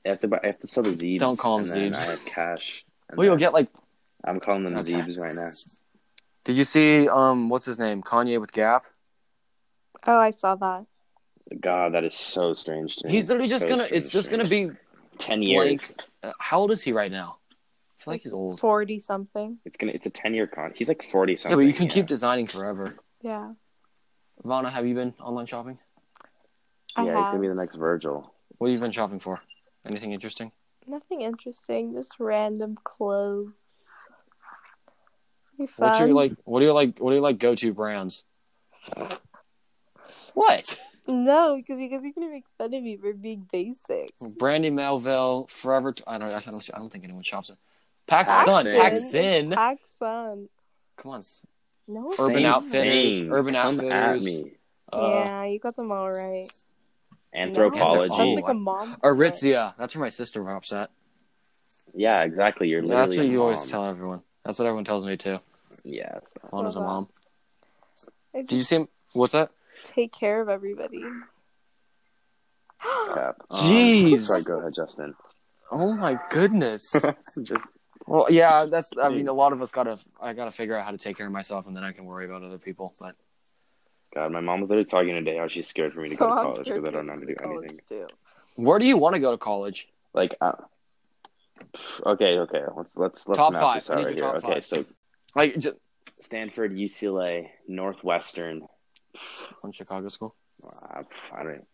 C: I have to, buy, I have to sell the Zebs.
A: Don't call 'em
C: and then
A: Zebes.
C: I have cash. and
A: Well, you'll
C: then-
A: get like.
C: I'm calling them
A: Okay.
C: Zebes right now.
A: Did you see um what's his name Kanye with Gap?
B: Oh, I saw that.
C: God, that is so strange to me.
A: He's literally just
C: So
A: gonna.
C: strange
A: It's just
C: to me.
A: gonna be.
C: ten years.
A: Uh, how old is he right now? I feel like he's old.
B: Forty something.
C: It's gonna. It's a ten year con. He's like forty
A: Yeah,
C: something.
A: but you can keep designing forever.
B: Yeah.
A: Vana, have you been online shopping?
B: I
C: Yeah, he's
B: have.
C: gonna be the next Virgil.
A: What have you been shopping for? Anything interesting?
B: Nothing interesting. Just random clothes. Pretty
A: What's your
B: fun.
A: like? What do you like? What do you like? Go to brands? What?
B: No, because because you're gonna make fun of me for being basic.
A: Brandy Melville, Forever. T- I don't. I don't. I don't think anyone shops it. Pax
C: Paxson.
A: Sun. Pax
B: Accent.
A: Sun.
B: Accent.
A: Come on.
B: No.
A: Urban
C: Same
A: Outfitters,
C: thing.
A: Urban
C: Come
A: Outfitters.
C: At me.
A: Uh,
B: yeah, you got them all right.
C: Anthropology.
A: Oh,
B: That's like a mom. thing.
A: Aritzia. That's where my sister pops at.
C: yeah, exactly. You're literally.
A: That's what
C: a
A: you always
C: mom.
A: tell everyone. That's what everyone tells me too.
C: Yeah. So.
A: Mom is a
B: Love that.
A: mom.
B: I
A: Did you
B: just
A: see him? What's that?
B: Take care of everybody.
C: Crap. Um,
A: Jeez.
C: sorry, go ahead, Justin.
A: Oh my goodness.
C: just
A: well, yeah, that's. I mean, a lot of us gotta. I gotta figure out how to take care of myself, and then I can worry about other people. But
C: God, my mom was literally talking today how she's scared for me to go to
B: I'm
C: college because I
B: scared
C: don't know how to do
B: college
C: anything.
B: Too.
A: where do you want to go to college?
C: Like, uh, okay, okay, let's let's let's
A: Top
C: map
A: five.
C: this
A: I
C: out
A: need
C: right
A: your
C: here.
A: top
C: Okay,
A: five.
C: so
A: Like just
C: Stanford, UCLA, Northwestern.
A: on Chicago school.
C: Uh, I don't.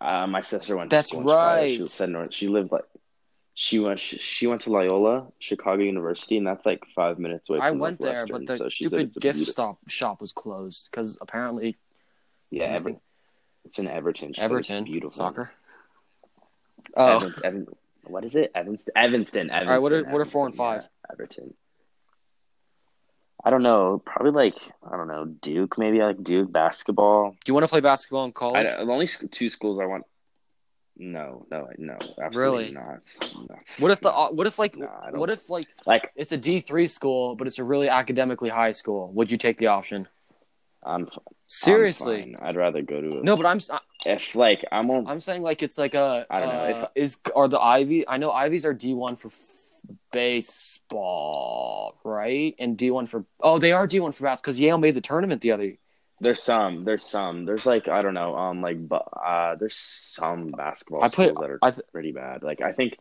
C: Uh, my sister went.
A: That's
C: to school in Chicago. She
A: right.
C: said North. She lived like. She went. She, she went to Loyola Chicago University, and that's like five minutes away. From
A: I went there,
C: Northwestern,
A: but the
C: so she said
A: stupid
C: it's a
A: gift
C: beautiful-
A: stop shop was closed because apparently
C: Yeah,
A: I
C: Ever,
A: think-
C: it's in Everton. She said it's
A: Everton
C: beautiful
A: soccer. Oh,
C: Evans- Evan, what is it? Evanston. Evanston. Evanston.
A: right, what are- what are four and
C: Evanston, yeah,
A: five?
C: Everton. I don't know. Probably like I don't know Duke. Maybe like Duke basketball.
A: do you want to play basketball in
C: I
A: college?
C: don't- the only sc- two schools I want. No, no, no, absolutely
A: Really?
C: not. No.
A: What if the uh, what if like
C: No, I don't-
A: what if like
C: like?
A: it's a D three school, but it's a really academically high school? Would you take the option?
C: I'm f-
A: Seriously,
C: I'm fine. I'd rather go to a,
A: no. But I'm s-
C: If like I'm on,
A: I'm saying like it's like a
C: I don't know, if-
A: uh, is are the Ivy? I know Ivies are D one for f- baseball, right? And D one for oh they are D one for basketball because Yale made the tournament the other.
C: there's some, there's some, there's like I don't know, um, like bu- uh, there's some basketball
A: I put-
C: schools that are
A: I th-
C: pretty bad. Like I think,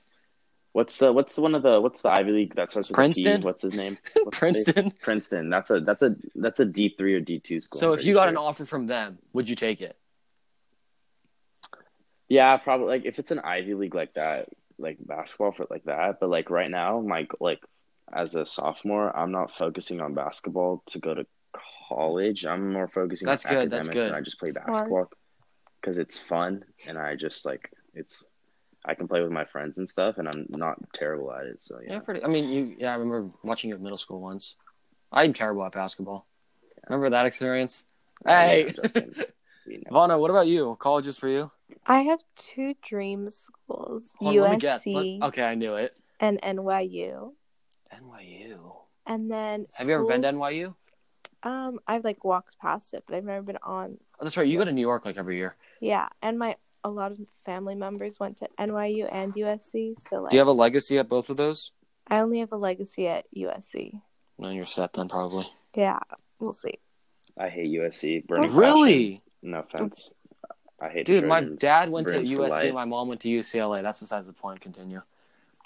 C: what's the what's the one of the what's the Ivy League that starts with a D?
A: Princeton?
C: What's his name? What's his name?
A: Princeton.
C: Princeton. That's a that's a that's a D three or D two school.
A: So
C: I'm
A: if
C: pretty
A: you got
C: sure.
A: an offer from them, would you take it?
C: Yeah, probably. Like if it's an Ivy League like that, like basketball for like that. But like right now, my like as a sophomore, I'm not focusing on basketball to go to college. I'm more focusing
A: That's
C: on
A: good, that's
C: academics and
A: good.
C: I just play
B: Smart.
C: basketball because it's fun and I just like it's I can play with my friends and stuff and I'm not terrible at it. So yeah.
A: Yeah, pretty. I mean, you. Yeah, I remember watching you at middle school once. I'm terrible at basketball. Remember that experience?
C: I
A: Hey.
C: know, Justin. We know.
A: Vana, what about you? Colleges for you?
B: I have two dream schools:
A: Hold on, let me guess. Let-
B: USC
A: okay, I knew it.
B: and NYU.
A: NYU.
B: And then
A: Have you ever been to
B: schools-
A: NYU?
B: Um, I've like walked past it, but I've never been on.
A: Oh, that's right. You go to New York like every year.
B: Yeah, and my a lot of family members went to NYU and USC, so like
A: Do you have a legacy at both of those?
B: I only have a legacy at USC.
A: Then you're set. Then probably.
B: Yeah, we'll see.
C: I hate USC. Burning passion.
A: Really,
C: No offense. I hate
A: dude. My
C: Trojans.
A: dad went
C: Bruins
A: to
C: for
A: USC.
C: life.
A: My mom went to UCLA. That's besides the point. Continue.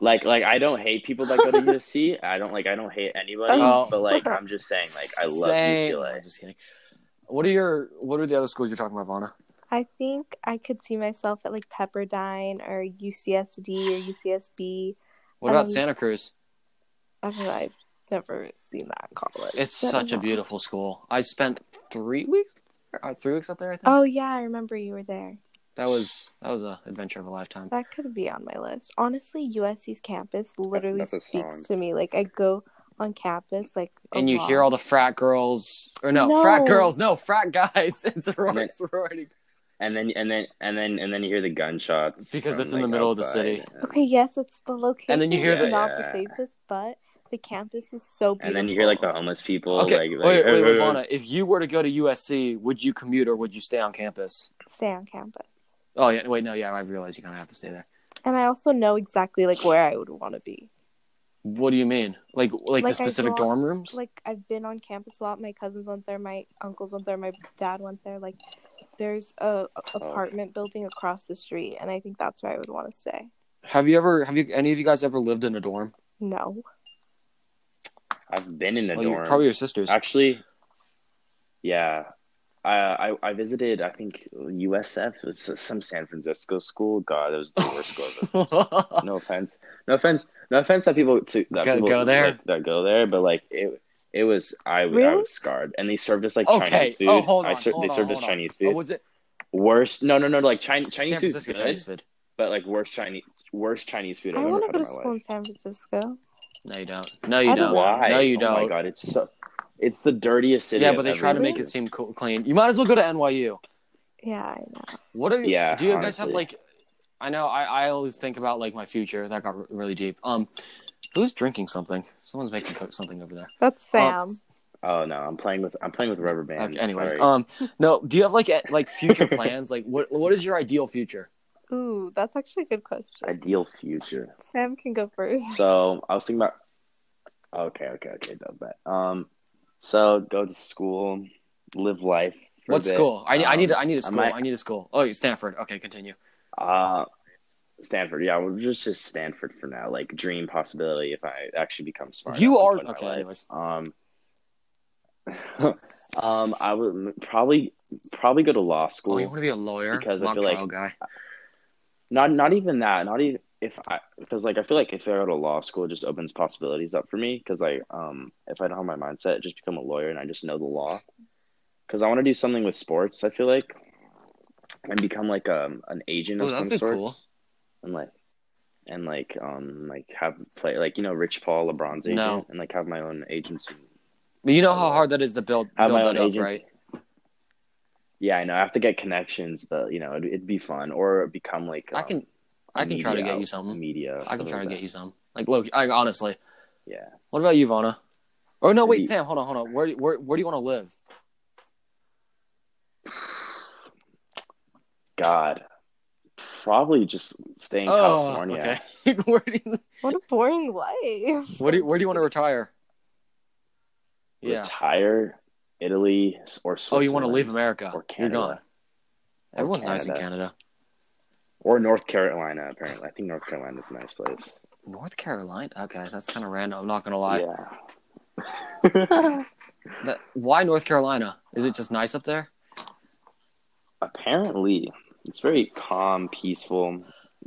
C: like like I don't hate people that go to USC. I don't like I don't hate anybody,
A: Oh.
C: but like I'm just saying like I love
A: Same.
C: UCLA.
A: I'm just kidding. What are your What are the other schools you're talking about, Vana?
B: I think I could see myself at like Pepperdine or UCSD or UCSB.
A: What about
B: Um,
A: Santa Cruz?
B: I don't know. I've never seen that college.
A: It's
B: I don't
A: such a
B: know.
A: beautiful school. I spent three weeks, uh, three weeks up there. I think
B: Oh yeah, I remember you were there.
A: that was that was a adventure of a lifetime.
B: That could be on my list. Honestly, USC's campus literally
C: That's a song.
B: speaks to me. Like I go on campus like a
A: And you
B: lot.
A: hear all the frat girls, or no, frat
B: No.
A: girls, no, frat guys and sorority,
C: Yeah.
A: sorority.
C: And then and then and then and then you hear the gunshots
A: Because
C: from,
A: it's in the
C: like,
A: middle of the
C: outside.
A: city.
B: Okay, yes, it's the location.
A: And then you hear
B: is
A: the-
B: not
C: Yeah.
B: the safest, but the campus is so beautiful.
C: And then you hear like the homeless people
A: Okay,
C: like,
A: wait,
C: like,
A: wait, wait,
C: "Hey,
A: Vana, if you were to go to USC, would you commute or would you stay on campus?
B: stay on campus.
A: Oh yeah, wait, no, yeah, I realize you kind of have to stay there.
B: And I also know exactly like where I would want to be.
A: What do you mean? Like, like,
B: Like, I
A: the specific
B: go-
A: dorm rooms?
B: Like I've been on campus a lot. My cousins went there. My uncles went there. My dad went there. Like there's a, a-
C: Oh.
B: apartment building across the street, and I think that's where I would want to stay.
A: have you ever, have you, any of you guys ever lived in a dorm?
B: No,
C: I've been in a
A: Well, you-
C: dorm.
A: probably your sisters.
C: Actually, yeah. I, I I visited I think USF it was some San Francisco school. God, that was the worst school I've ever no offense, no offense, no offense that people to that
A: Go-
C: people
A: go there.
C: like, that go there, but like it, it was I, I
B: Really?
C: was scarred, and they served us like
A: okay.
C: Chinese food.
A: Oh, hold on.
C: I ser-
A: hold
C: they
A: on,
C: served us
A: hold on.
C: Chinese
A: Oh,
C: food.
A: was it
C: worst, no, no, no, like Chinese
A: San
C: Chinese food's
A: Francisco
C: good,
A: Chinese food?
C: but like worst Chinese, worst Chinese food
B: I
C: I've
B: want
C: ever
B: to
C: had
B: go to
C: in my
B: school
C: life.
B: in San Francisco.
A: No, you don't. No, you
B: I
A: don't.
B: don't-
C: Why?
A: No, you
C: Oh
A: don't.
C: my god, it's so, it's the dirtiest city.
A: yeah,
C: I've
A: but they
C: ever
A: try to
C: been
A: make it seem cool, clean. You might as well go to NYU.
B: Yeah, I know.
A: What are you?
C: Yeah,
A: do you guys have
C: honestly.
A: like? I know. I I always think about like my future. That got r- really deep. Um, who's drinking something? Someone's making co- something over there.
B: That's
A: Uh,
B: Sam.
C: Oh no, I'm playing with I'm playing with rubber bands.
A: Okay. Anyways,
C: sorry.
A: um, no. Do you have like a, like future plans? Like what what is your ideal future?
B: Ooh, that's actually a good question.
C: ideal future.
B: Sam can go first.
C: So I was thinking about. Okay, okay, okay. Don't bet. Um, so go to school, live life. for a
A: What
C: bit.
A: school? I, I need
C: Um,
A: I need a
C: I
A: school.
C: might-
A: I need a school. Oh, Stanford. Okay, continue.
C: Uh, Stanford. Yeah, we're just just Stanford for now. Like dream possibility if I actually become smart.
A: You
C: at
A: are
C: one point
A: okay.
C: in my life.
A: Anyways,
C: Um. um, I would m- probably probably go to law
A: oh,
C: school.
A: you want to be a lawyer?
C: Because I
A: Law
C: feel like-
A: trial guy.
C: Not not even that. Not even if I because like I feel like if I go to law school, it just opens possibilities up for me. Because I um if I don't have my mindset, just become a lawyer and I just know the law. Because I want to do something with sports. I feel like and become like um an agent
A: Ooh,
C: of
A: that'd
C: some
A: be
C: sort.
A: cool.
C: And like and like um like have play like you know Rich Paul, LeBron's agent,
A: No.
C: and like have my own agency.
A: But you know how hard that is to build
C: Have
A: build
C: my
A: that
C: own
A: up,
C: agents.
A: right?
C: Yeah, I know. I have to get connections, but you know it'd, it'd be fun or become like
A: I
C: um,
A: can I can try to
C: media
A: get you
C: out-
A: something.
C: media.
A: I can
C: something
A: try to
C: like
A: get you some. Like look, I honestly.
C: that. Yeah.
A: What about you, Vana? Oh no, wait,
C: Maybe-
A: Sam. Hold on, hold on. Where where where do you want to live?
C: God, probably just stay in California.
A: Oh, okay. where do you,
B: What a boring life.
A: where do you, where do you want to retire? Yeah.
C: Retire Italy or Switzerland.
A: Oh, you want to leave America?
C: or
A: You're
C: Canada?
A: gone.
C: Or
A: Everyone's nice in
C: Canada.
A: Canada.
C: Or North Carolina? Apparently, I think North Carolina's a nice place.
A: North Carolina. Okay, that's kind of random. I'm not gonna lie.
C: Yeah.
A: That, why North Carolina? Is it just nice up there?
C: Apparently, it's very calm, peaceful. You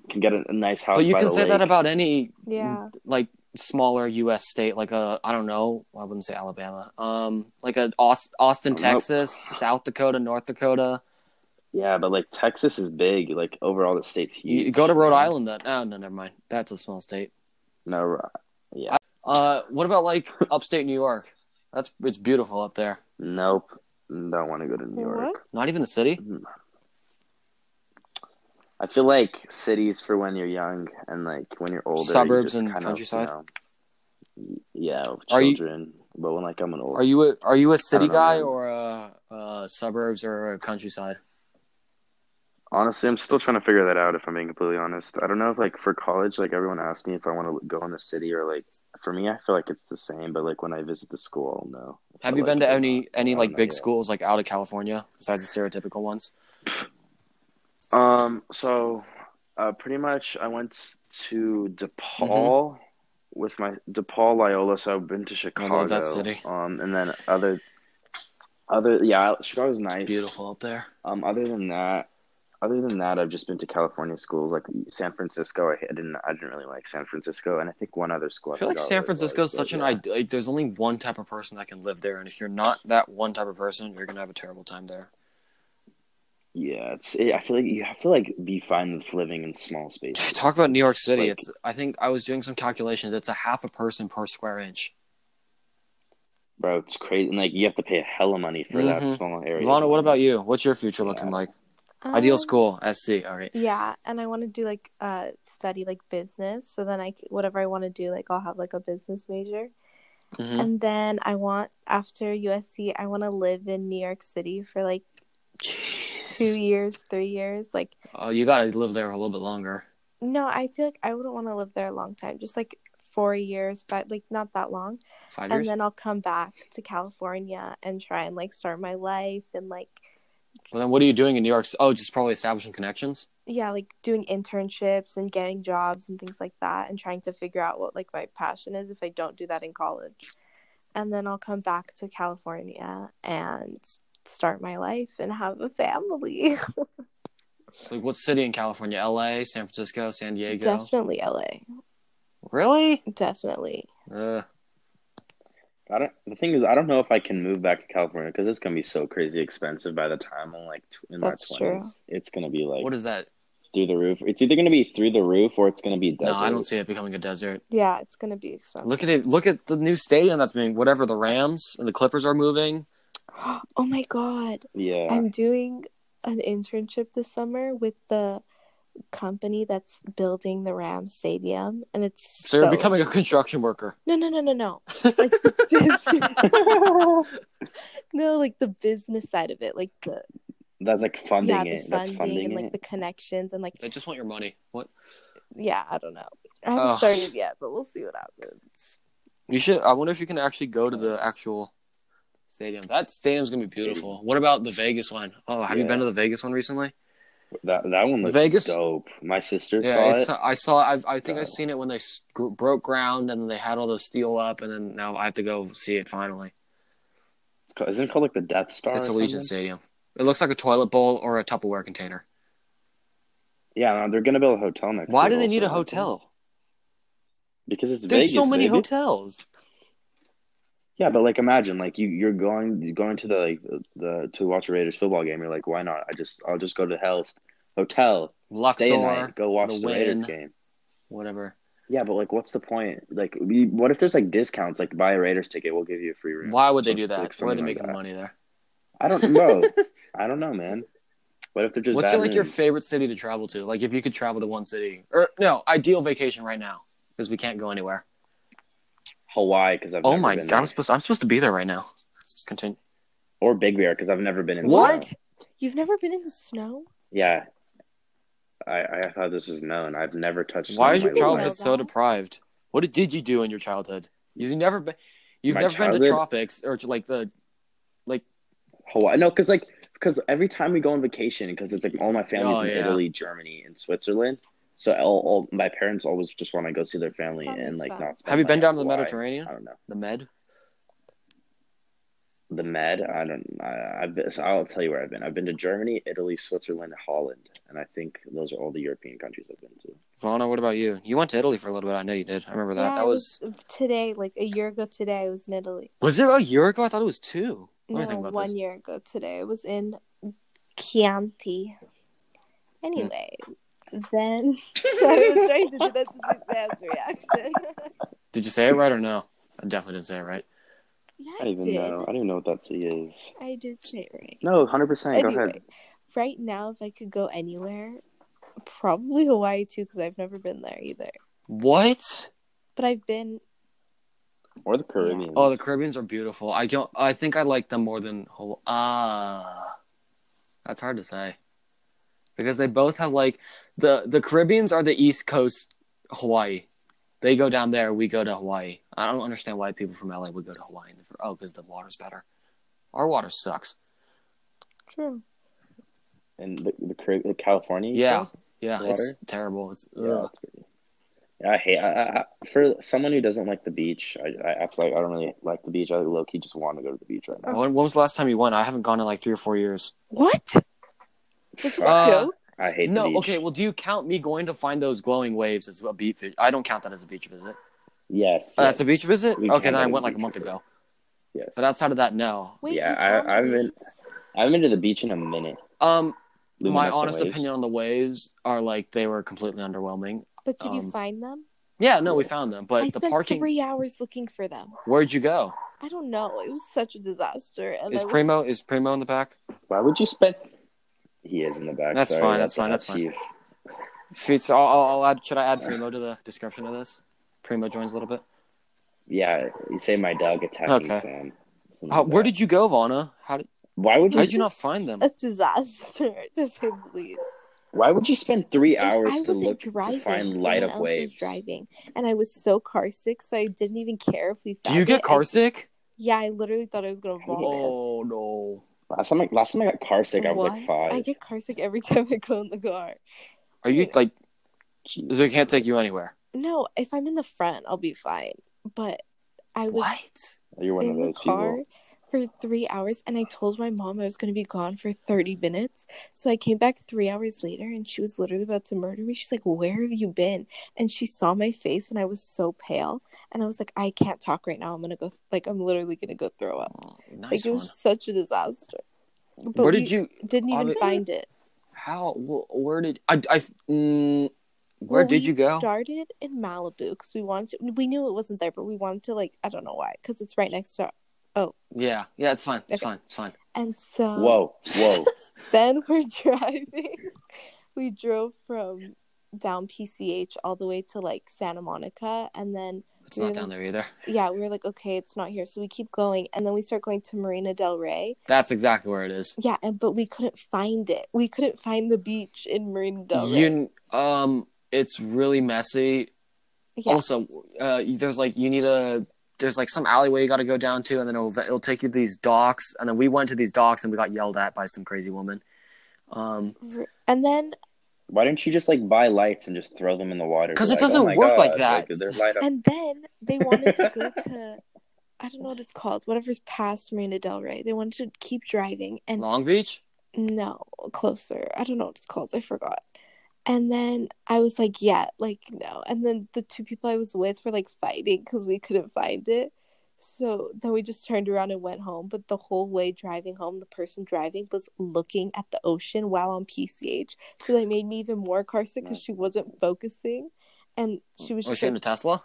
C: can get a, a nice house.
A: but Oh, you
C: by
A: can
C: the
A: say that
C: lake.
A: about any
B: Yeah.
A: like smaller U.S. state, like a I don't know, I wouldn't say Alabama, um, like a Aus- Austin,
C: I'm not-
A: Texas, South Dakota, North Dakota.
C: Yeah, but like Texas is big. Like overall, the state's huge.
A: You go to Rhode Island then. Oh no, never mind. That's a small state.
C: No, yeah,
A: Uh, what about like upstate New York? That's it's beautiful up there.
C: nope. Don't want to go to New
B: What?
C: York.
A: Not even the city.
C: I feel like cities for when you're young and like when you're older. you
A: Suburbs
C: just
A: and
C: kind of,
A: countryside?
C: you know, yeah,
A: Are you-
C: children. But when like I'm an old,
A: Are you a, are you a
C: I
A: city
C: don't know,
A: guy
C: man.
A: or a, a suburbs or a countryside?
C: honestly, I'm still trying to figure that out. If I'm being completely honest, I don't know if like for college, like everyone asked me if I want to go in the city or like for me, I feel like it's the same. But like when I visit the school, I'll know. if
A: Have
C: I
A: you
C: like
A: been
C: it
A: to
C: or
A: any
C: not. I
A: any
C: don't
A: like
C: know
A: big
C: yet.
A: schools like out of California besides the stereotypical ones?
C: Um, so uh, pretty much I went to DePaul with my DePaul Loyola, so I've been to
A: Mm-hmm. I love that
C: Chicago.
A: city.
C: Um, and then other other yeah, Chicago's
A: It's
C: nice.
A: beautiful up there.
C: Um, other than that, other than that, I've just been to California schools like San Francisco. I, I didn't I didn't really like San Francisco, and I think one other school.
A: I feel like
C: forgot
A: San
C: what it was,
A: Francisco is such
C: but
A: an
C: yeah.
A: idea. Like, there's only one type of person that can live there, and if you're not that one type of person, you're gonna have a terrible time there.
C: Yeah, it's. It, I feel like you have to like be fine with living in small spaces.
A: Talk about New York
C: It's,
A: City.
C: like,
A: It's. I think I was doing some calculations. It's a half a person per square inch.
C: Bro, it's crazy. And like you have to pay a hell of money for that
A: Mhm.
C: small area.
A: Lana, what about you? What's your future looking like? Ideal
B: Um,
A: school, SC. All right.
B: Yeah, and I want to do like uh study like business, so then I c- whatever I want to do, like I'll have like a business major.
A: Mhm.
B: And then I want after USC, I want to live in New York City for like two
A: Jeez.
B: years, three years. Like,
A: Oh, you gotta live there a little bit longer.
B: no, I feel like I wouldn't want to live there a long time, just like four years, but like not that long.
A: Five years.
B: And then I'll come back to California and try and like start my life and like
A: well, then what are you doing in New York? C- Oh, just probably establishing connections.
B: yeah, like doing internships and getting jobs and things like that and trying to figure out what like my passion is if I don't do that in college. And then I'll come back to California and start my life and have a family.
A: Like, what city in California? L.A., San Francisco, San Diego.
B: Definitely LA.
A: Really? Uh,
B: Definitely.
A: Ugh.
C: I don't, the thing is, I don't know if I can move back to California because it's gonna be so crazy expensive by the time I'm like tw- in
B: That's
C: my
B: true.
C: twenties. It's gonna be like
A: what is that?
C: through the roof. It's either gonna be through the roof or it's gonna be desert.
A: No, I don't see it becoming a desert.
B: Yeah, it's gonna be expensive.
A: Look at it. Look at the new stadium that's being whatever the Rams and the Clippers are moving.
B: oh my god.
C: Yeah,
B: I'm doing an internship this summer with the company that's building the Rams stadium and it's
A: So,
B: so,
A: you're becoming a construction worker.
B: No no no no no. Like the business No, like the business side of it, like the
C: that's like funding
B: yeah, the
C: it.
B: funding
C: That's funding
B: and like
C: it.
B: the connections and like
A: They just want your money. What?
B: yeah, I don't know. I haven't
A: Ugh.
B: started yet, but we'll see what happens.
A: You should. I wonder if you can actually go to the actual stadium. That stadium's gonna be beautiful. What about the Vegas one? Oh, have you
C: Yeah.
A: been to the Vegas one recently?
C: that that one looks
A: Vegas-
C: dope. My sister
A: Yeah,
C: saw
A: it's,
C: it.
A: I saw. I, I think
C: Yeah.
A: I've seen it when they s- gro- broke ground and they had all the steel up, and then now I have to go see it finally.
C: It's called, isn't it called like the Death Star?
A: it's
C: or
A: Allegiant
C: something?
A: Stadium. It looks like a toilet bowl or a Tupperware container.
C: Yeah, no, they're gonna build a hotel next.
A: Why
C: year
A: do they
C: also,
A: need a
C: aren't
A: hotel?
C: Because it's
A: There's
C: Vegas.
A: so many
C: baby.
A: hotels.
C: Yeah, but like imagine like you you're going you're going to the like the, the to watch a Raiders football game. You're like, why not? I just I'll just go to the house hotel, stay a
A: Luxor,
C: night, go watch
A: the
C: the, Raiders
A: Wynn.
C: game.
A: whatever.
C: Yeah, but like, what's the point? Like, we- what if there's like discounts? Like, buy a Raiders ticket, we'll give you a free room.
A: Why would they
C: Some-
A: do that?
C: like,
A: Where are they
C: something like
A: making
C: that.
A: money there?
C: I don't know. I don't know, man. What if they're just
A: What's
C: bad
A: your, like your
C: rooms?
A: favorite city to travel to? Like if you could travel to one city, or no, ideal vacation right now because we can't go anywhere.
C: Hawaii? Because I've
A: Oh
C: never
A: my
C: been
A: god, I'm
C: there.
A: supposed I'm supposed to be there right now. Continue.
C: or Big Bear because I've never been in.
A: What?
C: Snow.
B: You've never been in the snow?
C: Yeah, I I thought this was known. I've never touched. snow
A: Why
C: in
A: is
C: my
A: your
B: know
A: childhood
C: life.
A: so
B: that.
A: deprived? What did- did you do in your childhood? You've never been. You've
C: My
A: never been to
C: childhood?
A: tropics or to like the.
C: Hawaii. No, because like because every time we go on vacation, because it's like all my family's
A: Oh,
C: in
A: yeah.
C: Italy, Germany, and Switzerland. So all, all my parents always just want to go see their family
B: That
C: and
B: makes
C: like
B: sense.
C: not. Spend
A: Have you been
C: money
A: down
C: on
A: to the
C: Hawaii.
A: Mediterranean?
C: I don't know.
A: The Med.
C: the med. I don't. I, I've been, so I'll tell you where I've been. I've been to Germany, Italy, Switzerland, Holland, and I think those are all the European countries I've been to.
A: Vana, what about you? You went to Italy for a little bit. I know you did. I remember that.
B: Yeah,
A: that
B: I
A: was
B: today, like a year ago today, I was in Italy.
A: was it a year ago? I thought it was two. Let me
B: no,
A: think about
B: one
A: this.
B: year ago today. I was in Chianti. Anyway, then I was trying to do that to Sam's reaction.
A: Did you say it right or no? I definitely didn't say it right.
B: yeah,
C: I
B: I,
C: don't even
B: did.
C: know. I don't even know what that city is.
B: I did say it right.
C: No, hundred percent. Go
B: Anyway.
C: ahead.
B: Right now, if I could go anywhere, probably Hawaii too, because I've never been there either.
A: What?
B: But I've been.
C: Or the Caribbean.
A: Oh, the Caribbeans are beautiful. I don't. I think I like them more than Hawaii. Ah, that's hard to say, because they both have like the the Caribbeans are the East Coast Hawaii. They go down there. We go to Hawaii. I don't understand why people from LA would go to Hawaii. Oh, because the water's better. Our water sucks.
B: True.
C: And the the, Carib- the California. you
A: Yeah,
C: said?
A: yeah.
C: Water?
A: It's terrible. It's
C: Yeah,
A: ugh.
C: Oh, that's pretty. Yeah, I hate. I, I, I- for someone who doesn't like the beach, I, I absolutely. I don't really like the beach. I low key just want to go to the beach right now.
A: When, when was the last time you went? I haven't gone in like three or four years.
B: What? Oh,
C: Fuck,
A: Uh,
B: Joke?
C: I hate the
A: No,
C: beach.
A: okay. Well, do you count me going to find those glowing waves as a beach? vi- I don't count that as a beach visit.
C: Yes.
A: Oh, that's a
C: yes,
A: beach visit.
C: We
A: okay,
C: can
A: then I
C: go to
A: went
C: the
A: like a
C: beach
A: month
C: visit.
A: ago.
C: Yes.
A: But outside of that, no.
B: Wait,
C: Yeah,
B: you
C: I-
B: found
C: I've
B: me.
C: been- I haven't been to the beach in a minute.
A: Um, my
C: Luminescent
A: honest
C: waves.
A: opinion on the waves are like they were completely underwhelming.
B: But did you
A: um,
B: find them?
A: Yeah, no, we
C: Yes.
A: found them,
B: I
A: but the
B: spent
A: parking.
B: three hours looking for them.
A: Where'd you go?
B: I don't know. It was such a disaster. And
A: Is
B: I was-
A: Primo is Primo in the back?
C: Why would you spend? He is in the back.
A: That's
C: sorry,
A: fine, that's fine,
C: a
A: that's fine.
C: chief.
A: Feats. I'll, I'll, I'll add. Should I add Primo to the description of this? Primo joins a little bit.
C: Yeah, you say my dog attacking
A: Okay.
C: Sam. Something
A: How,
C: like
A: where
C: that.
A: did you go, Vana? How did
C: Why would
A: how
C: you?
A: did you not find them?
B: a disaster to say the least.
C: Why would you spend three
B: And
C: hours
B: I
C: to look
B: wasn't driving.
C: to find light
B: Someone
C: up
B: else
C: waves?
B: was driving, and I was so car sick, so I didn't even care if we.
A: Do
B: Found
A: you get
B: it. I-
A: car sick?
B: yeah, I literally thought I was gonna
C: How do
B: vomit.
C: you-
A: Oh no.
C: Last time, I, last time I got car sick, I was like
B: What?
C: five.
B: I get car sick every time I go in the car.
A: Are you like?
C: Jeez.
A: They can't take you anywhere.
B: No, if I'm in the front, I'll be fine. But I was
A: What?
C: You're one of
B: in the
C: those
B: car
C: people.
B: for three hours and I told my mom I was going to be gone for 30 minutes. So I came back three hours later and she was literally about to murder me. She's like, Where have you been? And she saw my face and I was so pale. And I was like, I can't talk right now. I'm going to go, like, I'm literally going to go throw up.
A: Oh,
B: Like,
A: nice
B: it
A: one.
B: was such a disaster. But
A: Where
B: we
A: did you?
B: didn't even
A: obvi-
B: find it.
A: How? wh- Where did I? I mm, where
B: Well,
A: did
B: we
A: you go?
B: started in Malibu because we wanted to, we knew it wasn't there, but we wanted to, like, I don't know why, because it's right next to,
A: yeah, yeah, it's fine, it's
B: Okay.
A: fine, it's fine.
B: and so.
C: Whoa, whoa.
B: then we're driving. We drove from down PCH all the way to like Santa Monica, and then
A: It's
B: We
A: not
B: were
A: down
B: like-
A: there either.
B: yeah, we were like, okay, it's not here, so we keep going, and then we start going to Marina Del Rey.
A: That's exactly where it is.
B: Yeah, and but we couldn't find it. We couldn't find the beach in Marina Del Rey.
A: You um, it's really messy.
B: yeah,
A: Also, uh, there's like you need a there's like some alleyway you got to go down to, and then it'll it'll take you to these docks, and then we went to these docks and we got yelled at by some crazy woman. Um,
B: and then
C: Why don't you just like buy lights and just throw them in the water?
A: 'Cause it
C: Like,
A: doesn't
C: oh my
A: work like
C: God,
A: that.
C: Like, they're light up.
B: and then they wanted to go to I don't know what it's called, whatever's past Marina Del Rey. They wanted to keep driving, and
A: Long Beach.
B: No, closer. I don't know what it's called. I forgot. And then I was like, yeah, like no. And then the two people I was with were like fighting because we couldn't find it. So then we just turned around and went home. But the whole way driving home, the person driving was looking at the ocean while on PCH. So that made me even more car sick because she wasn't focusing. And she was
A: Oh,
B: just
A: she in a
B: like,
A: Tesla.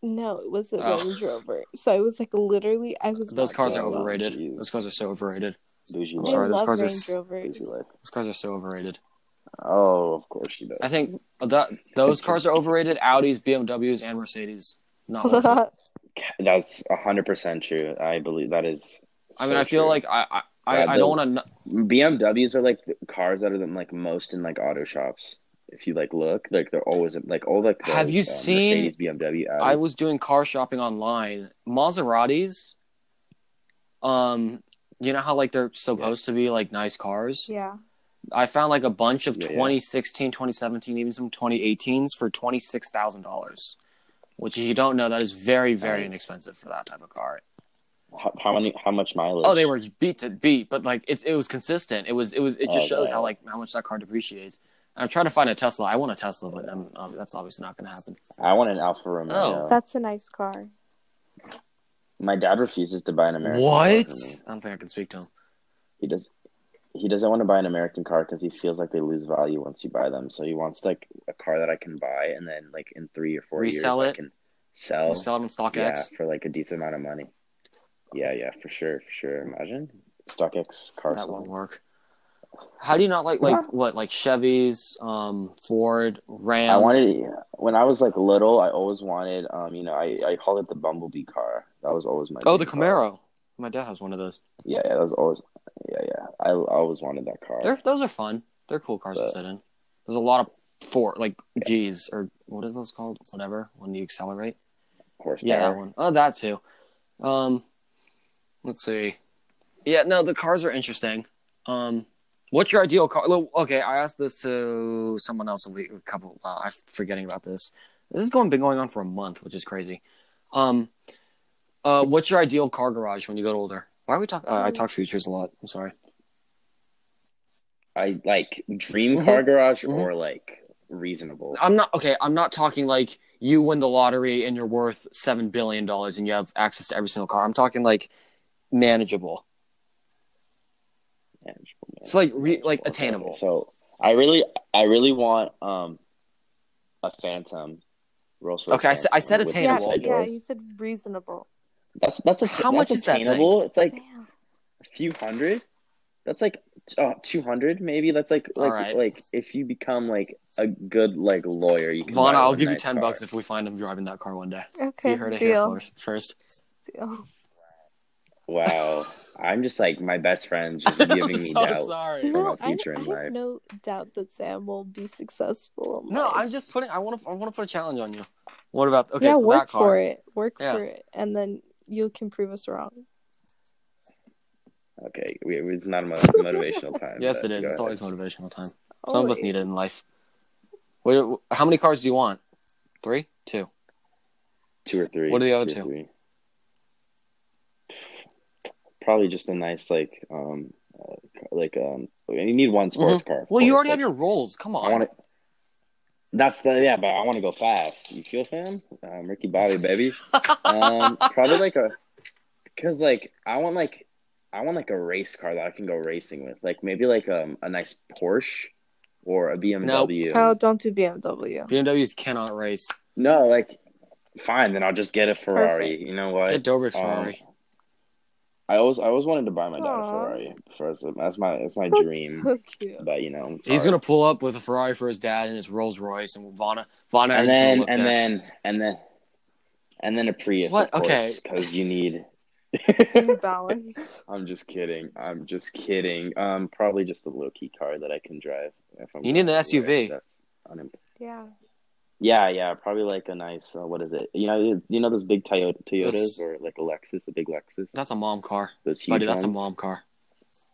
B: no, it was a
A: Oh.
B: Range Rover. So I was like, literally, I was
A: Those
B: not
A: cars are
B: doing well.
A: overrated.
C: Jeez.
A: Those cars are so overrated.
C: Bougie
A: I'm
B: I
C: life.
A: sorry, those
B: love
A: cars are
B: Range
A: s-
B: Rovers.
C: Bougie life.
A: Those cars are so overrated.
C: Oh, of course she does.
A: I think that those cars are overrated. Audis, BMWs, and Mercedes. Not worth it.
C: That's hundred percent true. I believe that is.
A: I mean,
C: so
A: I feel
C: true.
A: like I I,
C: Yeah,
A: I, I
C: the-
A: don't want to.
C: BMWs are like the cars that are the, like most in like auto shops. If you like look, like they're always like all like
A: Have
C: those,
A: you
C: um,
A: seen-
C: Mercedes BMW? Audis.
A: I was doing car shopping online. Maseratis. Um, you know how like they're supposed to be like nice cars.
B: Yeah.
A: I found like a bunch of
C: Yeah, yeah.
A: 2016, 2017, even some 2018s for twenty six thousand dollars, which if you don't know that is very very
C: Nice.
A: inexpensive for that type of car.
C: How, how many? How much mileage?
A: Oh, they were beat to beat, but like it's it was consistent. It was it was it just
C: Oh,
A: shows
C: yeah.
A: how like how much that car depreciates. I'm trying to find a Tesla. I want a Tesla, but um, um, that's obviously not going to happen.
C: I want an Alfa Romeo.
A: Oh.
B: That's a nice car.
C: My dad refuses to buy an American. Car
A: What?
C: for me.
A: I don't think I can speak to him.
C: He does. He doesn't want to buy an American car because he feels like they lose value once you buy them. So he wants like a car that I can buy and then like in three or four
A: Resell
C: years
A: it?
C: I can sell.
A: You sell it on
C: Oh. yeah,
A: StockX.
C: for like a decent amount of money. Yeah, yeah, for sure, for sure. Imagine StockX car.
A: that
C: sale.
A: won't work. How do you not like like what like Chevys, um, Ford, Rams?
C: I wanted when I was like little. I always wanted, um, you know, I, I called it the bumblebee car. That was always my.
A: oh the
C: dream car.
A: Camaro. My dad has one of those.
C: Yeah, yeah, that was always. Yeah, yeah. I, I always wanted that car.
A: They're those are fun. They're cool cars to
C: But-
A: sit in. There's a lot of Ford like G's or what is those called? Whatever when you accelerate.
C: horsepower.
A: Yeah, that one. Oh, that too. Um, let's see. Yeah, no, the cars are interesting. Um, what's your ideal car? Lo- Okay, I asked this to someone else a week, a couple. Wow, I'm forgetting about this. This is going been going on for a month, which is crazy. Um, uh, what's your ideal car garage when you get older? Why are we talking? Uh, I talk futures a lot. I'm sorry.
C: I like dream
A: Mhm.
C: car garage
A: Mhm.
C: or like reasonable.
A: I'm not okay. I'm not talking like you win the lottery and you're worth seven billion dollars and you have access to every single car. I'm talking like manageable.
C: Manageable,
A: It's like re-
C: manageable.
A: like
C: Okay,
A: attainable.
C: okay. So I really, I really want um a Phantom. Rolls Royce
A: Okay, I said- I said
C: Phantom with
B: Yeah,
A: Attainable.
C: inside
B: yeah,
C: doors.
B: you said reasonable.
C: That's that's a
A: How much is that thing?
C: attainable. It's like
B: Damn.
C: a few hundred. That's like uh, two hundred, maybe. That's like
A: All
C: like
A: right.
C: like if you become like a good like lawyer, you can.
A: Vaughn,
C: buy
A: I'll
C: one
A: give you
C: nice
A: ten
C: car.
A: bucks if we find him driving that car one day.
B: Okay,
A: you heard it here
B: deal.
A: first. first.
B: deal.
C: Wow, I'm just like my best friend, just giving me
A: so
C: doubt.
A: sorry.
C: for
B: No, I,
C: my future
B: I
C: in
B: have
C: life.
B: no doubt that Sam will be successful. in
A: No,
B: life.
A: I'm just putting. I want to. I want to put a challenge on you. What about? Okay,
B: yeah,
A: so
B: work
A: that car.
B: for it. Work
A: Yeah.
B: for it, and then you can prove us wrong.
C: Okay, we, it was not a mo- motivational time.
A: Yes,
C: but
A: it is.
C: go
A: It's always
C: ahead.
A: motivational time. Some of us
B: Always.
A: need it in life. Wait, how many cars do you want? Three, two.
C: Two or three.
A: What are the other
C: or
A: two?
C: three. Probably just a nice like um uh, like um. You need one sports car. of
A: Mm-hmm. Well, you
C: course,
A: already
C: like,
A: have your rolls. Come on.
C: I want to. That's the yeah, but I want to go fast. You feel fam? Um, Ricky Bobby, baby. Um, probably like a, cause like I want like, I want like a race car that I can go racing with. Like maybe like um a nice Porsche, or a BMW.
B: No, Oh, don't do BMW.
A: BMWs cannot race.
C: No, like, fine. Then I'll just get a Ferrari. You know what?
A: Get Dobrik's
C: Um,
A: Ferrari.
C: I always I always wanted to buy my dad
B: Aw.
C: a Ferrari. First, that's my that's my dream.
B: So cute.
C: But you know, it's
A: He's
C: hard.
A: gonna pull up with a Ferrari for his dad and his Rolls Royce and Vana. Vana
C: and
A: is gonna
C: then
A: look
C: and
A: there.
C: then and then and then a Prius,
A: What?
C: of course,
A: Okay.
C: because you need.
B: New balance.
C: I'm just kidding. I'm just kidding. Um, probably just a low key car that I can drive. If I'm
A: You need
C: going
A: an
C: anywhere.
A: SUV.
C: That's unimp-
B: Yeah.
C: yeah, yeah, probably like a nice. Uh, what is it? You know, you, you know those big Toyota Toyotas
A: Those-
C: or like a Lexus, a big Lexus.
A: That's a mom car,
C: those huge
A: buddy. That's a
C: ones.
A: mom car.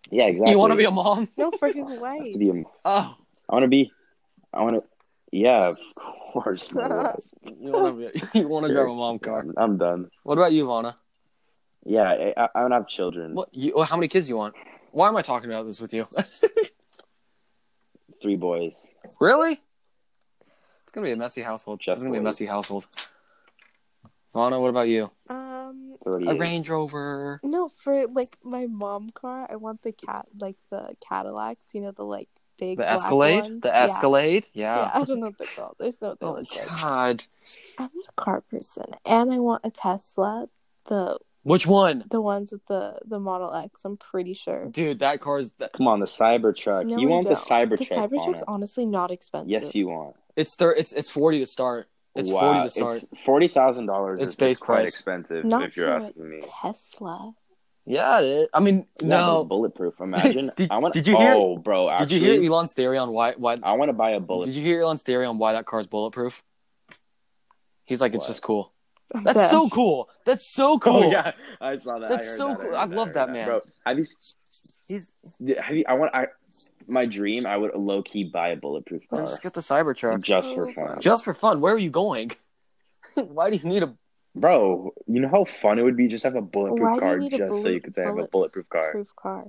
C: Yeah, exactly.
A: You want to be a mom?
B: No, for his
C: I have
B: wife.
C: to be a.
A: Oh,
C: I want to be. I want to. Yeah, of course. my lord.
A: you want to be? You want to drive a mom car?
C: I'm, I'm done.
A: What about you, Vana?
C: Yeah, I, I, I don't have children.
A: What? You, well, how many kids you want? Why am I talking about this with you?
C: Three boys.
A: really? It's gonna be a messy household.
C: Just
A: it's gonna be a
C: boys.
A: messy household. Vana, what about you?
B: Um.
C: 38.
A: A Range Rover.
B: No, for like my mom car, I want the cat, like the Cadillacs. You know, the like big.
A: The
B: black
A: Escalade.
B: ones.
A: The
B: Yeah.
A: Escalade.
B: Yeah.
A: Yeah.
B: I don't know what they're called. There's no.
A: Oh
B: Oh,
A: God.
B: I'm not a car person, and I want a Tesla. The
A: Which one?
B: the ones with the the Model X. I'm pretty sure.
A: Dude, that car is. That,
C: Come on, the Cybertruck.
B: No,
C: you
B: I
C: want the
B: don't.
C: Cybertruck?
B: The Cybertruck's
C: Fauna.
B: honestly not expensive.
C: Yes, you want.
A: it's thir- It's it's forty to start. It's
C: Wow,
A: forty to start.
C: It's forty thousand dollars.
A: It's
C: is
A: base
C: quite
A: price.
C: expensive
B: Not
C: if you're
B: for a
C: asking me.
B: Tesla.
A: Yeah, it is. I mean,
C: Yeah, but it's
A: no.
C: bulletproof. Imagine.
A: Did-
C: I want.
A: did you hear-
C: Oh, bro.
A: Did
C: Actually,
A: you hear Elon's theory on why why
C: I want to buy a bullet.
A: Did you hear Elon's theory on why that car is bulletproof? He's like, it's
C: What?
A: just cool.
B: I'm
A: That's
B: dead.
A: so cool. That's so cool.
C: Oh yeah, I saw that. I
A: That's
C: heard
A: so
C: that, I
A: cool.
C: heard
A: I love
C: heard
A: that man.
C: bro. Have you
A: He's
C: Yeah, have you- I want. I my dream. I would low key buy a bulletproof car
A: just get the Cybertruck
C: just for
B: Oh,
C: fun.
A: just for fun. Where are you going? why do you need a
C: Bro, you know how fun it would be just to have a bulletproof
B: Why do you
C: car
B: need a
C: just so you
B: bullet-
C: could say I have a
B: bullet-
C: bulletproof car.
B: Proof car.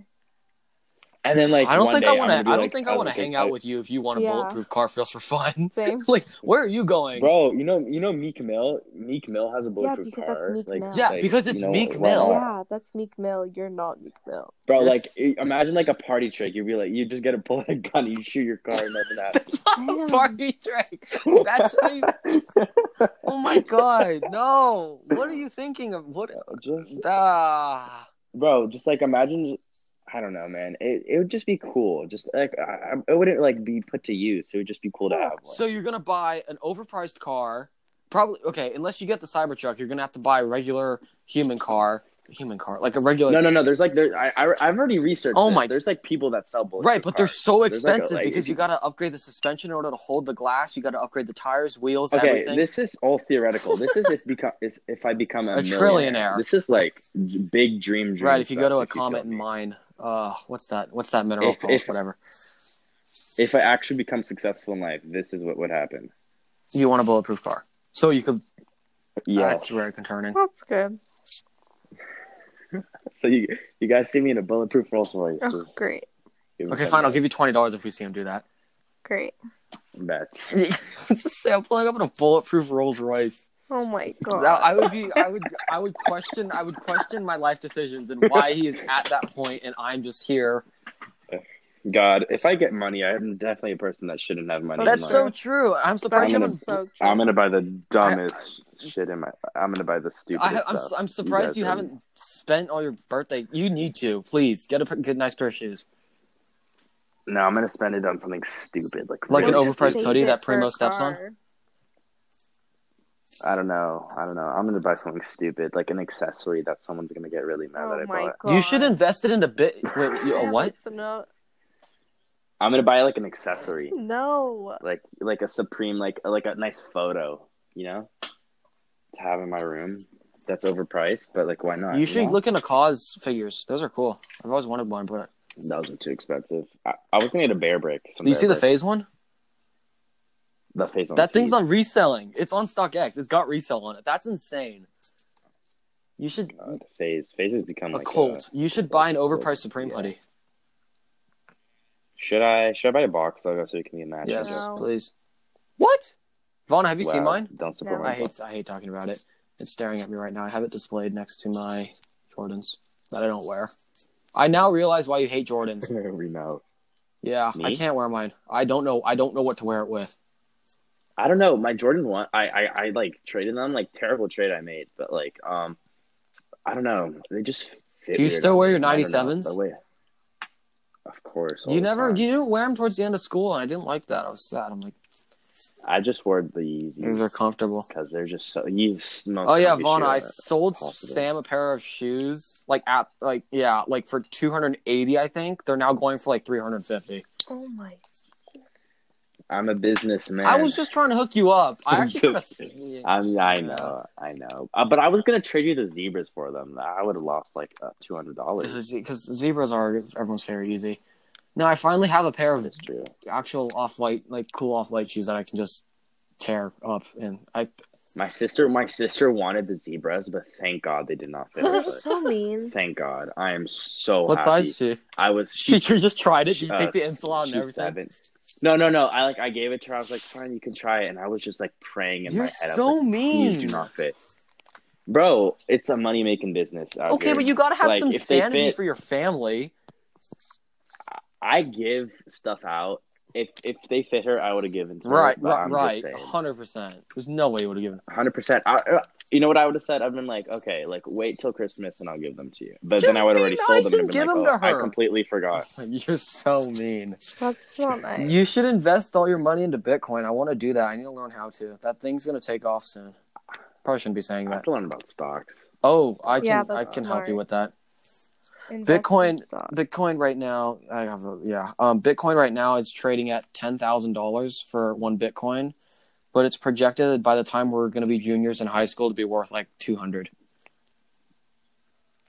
C: And then like
A: I don't
C: one
A: think
C: day
A: I
C: I'm
A: want to.
C: gonna be
A: I don't
C: like,
A: think I
C: was
A: want to
C: a big
A: hang out
C: bike-
A: with you if you want a
B: Yeah.
A: bulletproof car for us for fun.
B: Same.
A: like, where are you going?
C: Bro, you know you know Meek Mill? Meek Mill has a bulletproof
B: because
C: car.
B: that's Meek
C: like,
B: Mill.
A: Yeah,
C: like,
A: because it's
C: you know,
A: Meek
C: why
A: Mill.
C: not?
B: Yeah, that's Meek Mill. You're not Meek Mill.
C: Bro,
A: You're
C: like
A: s-
C: i- imagine like a party trick. You'd be like, you just get a pull out a gun, you shoot your car, and nothing happens.
A: That's not a
B: Damn.
A: party trick. That's how you. Oh my god, no! What are you thinking of? What?
C: just
A: Ah.
C: bro, just like imagine. I don't know, man. It it would just be cool. Just like I, I- it wouldn't like be put to use. It would just be cool to have one.
A: So you're gonna buy an overpriced car, probably okay. Unless you get the Cybertruck, you're gonna have to buy a regular human car, human car, like a regular.
C: no, no, no. There's like there. I, I I've already researched.
A: Oh
C: this.
A: my-
C: There's like people that sell bulletproof
A: Right, but they're
C: cars.
A: so
C: There's like a-
A: expensive
C: like,
A: because
C: if
A: you
C: you-
A: got to upgrade the suspension in order to hold the glass. You got to upgrade the tires, wheels,
C: okay.
A: everything.
C: This is all theoretical. This is if become is if I become a,
A: A
C: millionaire.
A: trillionaire.
C: This is like j- big dream. dream
A: right, if you go
C: stuff,
A: to a
C: if you feel
A: comet
C: me.
A: mine, uh, what's that? What's that mineral
C: If-
A: called?
C: if-
A: Whatever.
C: if I actually become successful in life, this is what would happen.
A: You want a bulletproof car, so you could. That's very concerning.
B: That's good.
C: So you you guys see me in a bulletproof Rolls Royce.
B: Oh, great,
A: Okay, fine. I'll give you twenty dollars if we see him do that.
B: great.
C: you bets.
A: Just say I'm pulling up in a bulletproof Rolls Royce.
B: Oh my god.
A: That- I would be. I would. I would question. I would question my life decisions and why he is at that point, and I'm just here.
C: God, if I get money, I'm definitely a person that shouldn't have money. in
A: That's
C: life.
A: so true. I'm surprised.
C: I'm
A: you
C: gonna-
A: haven't
B: so
C: I'm gonna buy the dumbest shit in my. I'm gonna buy the
A: I,
C: stupidest
A: ha- I'm,
C: stuff.
A: su- I'm surprised
C: guys
A: you,
C: are-
A: haven't spent all your birthday. You need to, please get a p- good, nice pair of shoes,
C: No, I'm gonna spend it on something stupid, like
A: Like an
C: really
A: over- overpriced
B: Save
A: hoodie
B: it
A: that
B: for a
A: Primo steps on?
B: car.
C: I don't know. I don't know. I'm gonna buy something stupid, like an accessory that someone's gonna get really mad that
B: Oh
C: I
B: my
C: bought.
B: god.
A: you should invest it in a bit. Wait, you,
B: Yeah,
A: a what?
B: that's no,
C: I'm gonna buy like an accessory,
B: no.
C: like like a supreme, like like a nice photo, you know, to have in my room. That's overpriced, but like, why not?
A: You should
C: know?
A: look into cause figures. Those are cool. I've always wanted one, but
C: Those are too expensive. I, I was gonna get a bear brick. some
A: do you
C: Bear
A: see the
C: Brick.
A: phase one?
C: The face on
A: That thing's
C: the
A: on reselling. It's on StockX. It's got resale on it. That's insane. You should
C: God, uh, phase. Phase has become
A: a
C: like
A: cult.
C: A,
A: You should buy an overpriced Supreme
C: Yeah.
A: hoodie.
C: should I should I buy a box logo so you can get matched?
A: Yes,
B: No.
A: please. What? Vaughn, have you seen
C: Wow,
A: mine?
C: Don't support
B: No.
C: my
A: I hate I hate talking about it. It's staring at me right now. I have it displayed next to my Jordans that I don't wear. I now realize why you hate Jordans.
C: remote.
A: Yeah, I
C: Me?
A: can't wear mine. I don't know. I don't know what to wear it with.
C: I don't know. My Jordan one, I, I, I like traded them. Like terrible trade I made, but like um, I don't know. They just. Fit
A: Do you
C: weird
A: still
C: on
A: wear
C: me.
A: your
C: I don't know,
A: 97s?
C: but wait. Of course. all
A: you
C: the
A: never.
C: time.
A: You didn't wear them towards the end of school, and I didn't like that. I was sad. I'm like,
C: I just wore the
A: these are
C: Yeezys
A: comfortable.
C: because they're just so. Yeezys. the most
A: Oh yeah,
C: comfy
A: Vaughn,
C: shoe
A: I
C: I've-
A: sold
C: possible.
A: Sam a pair of shoes like at like yeah like for 280. I think they're now going for like 350.
B: Oh my.
C: I'm a businessman.
A: I was just trying to hook you up. I
C: I'm
A: actually
C: just-
A: kinda-
C: I'm, I know, I know. Uh, but I was gonna trade you the zebras for them. I would have lost like uh, two hundred dollars.
A: because zebras are everyone's favorite easy. No, I finally have a pair of
C: That's true.
A: actual off white, like cool off white shoes that I can just tear up, and I
C: My sister, my sister wanted the zebras, but thank God they did not fit. Her foot.
B: so mean.
C: thank God, I am so.
A: what
C: happy.
A: size she?
C: I was.
A: She, she just tried it. Did you
C: uh,
A: take the insole out and
C: she's
A: everything?
C: seven. No, no, no. I like. I gave it to her. I was like, "Fine, you can try it." And I was just like praying in
A: You're
C: my head. I was
A: so
C: like,
A: mean.
C: Please do not fit, bro. It's a money making business. out
A: Okay,
C: here.
A: but you gotta have
C: Like,
A: some
C: if they
A: sanity
C: fit-
A: for your family.
C: I give stuff out. If if they fit her, I would have given. To
A: Right,
C: her, but
A: right,
C: I'm
A: right.
C: Just saying.
A: Hundred percent. There's no way you would have given.
C: hundred percent. You know what I would have said? I've been like, okay, like wait till Christmas and I'll give them to you. But then
A: Just
C: I would have
A: be
C: already
A: nice
C: sold them and
A: and
C: been
A: give
C: like,
A: them
C: oh,
A: to
C: I
A: her."
C: completely forgot.
A: You're so mean.
B: That's not nice.
A: You should invest all your money into Bitcoin. I want to do that. I need to learn how to. That thing's gonna take off soon. Probably shouldn't be saying
C: I have
A: that.
C: to learn about stocks.
A: Oh, I can
B: Yeah,
A: I
B: that's
A: can help you
B: smart.
A: with that.
B: Invest in
A: Bitcoin-
B: stock.
A: Bitcoin right now, I have a, yeah. Um, Bitcoin right now is trading at ten thousand dollars for one Bitcoin, but it's projected by the time we're going to be juniors in high school to be worth like two hundred.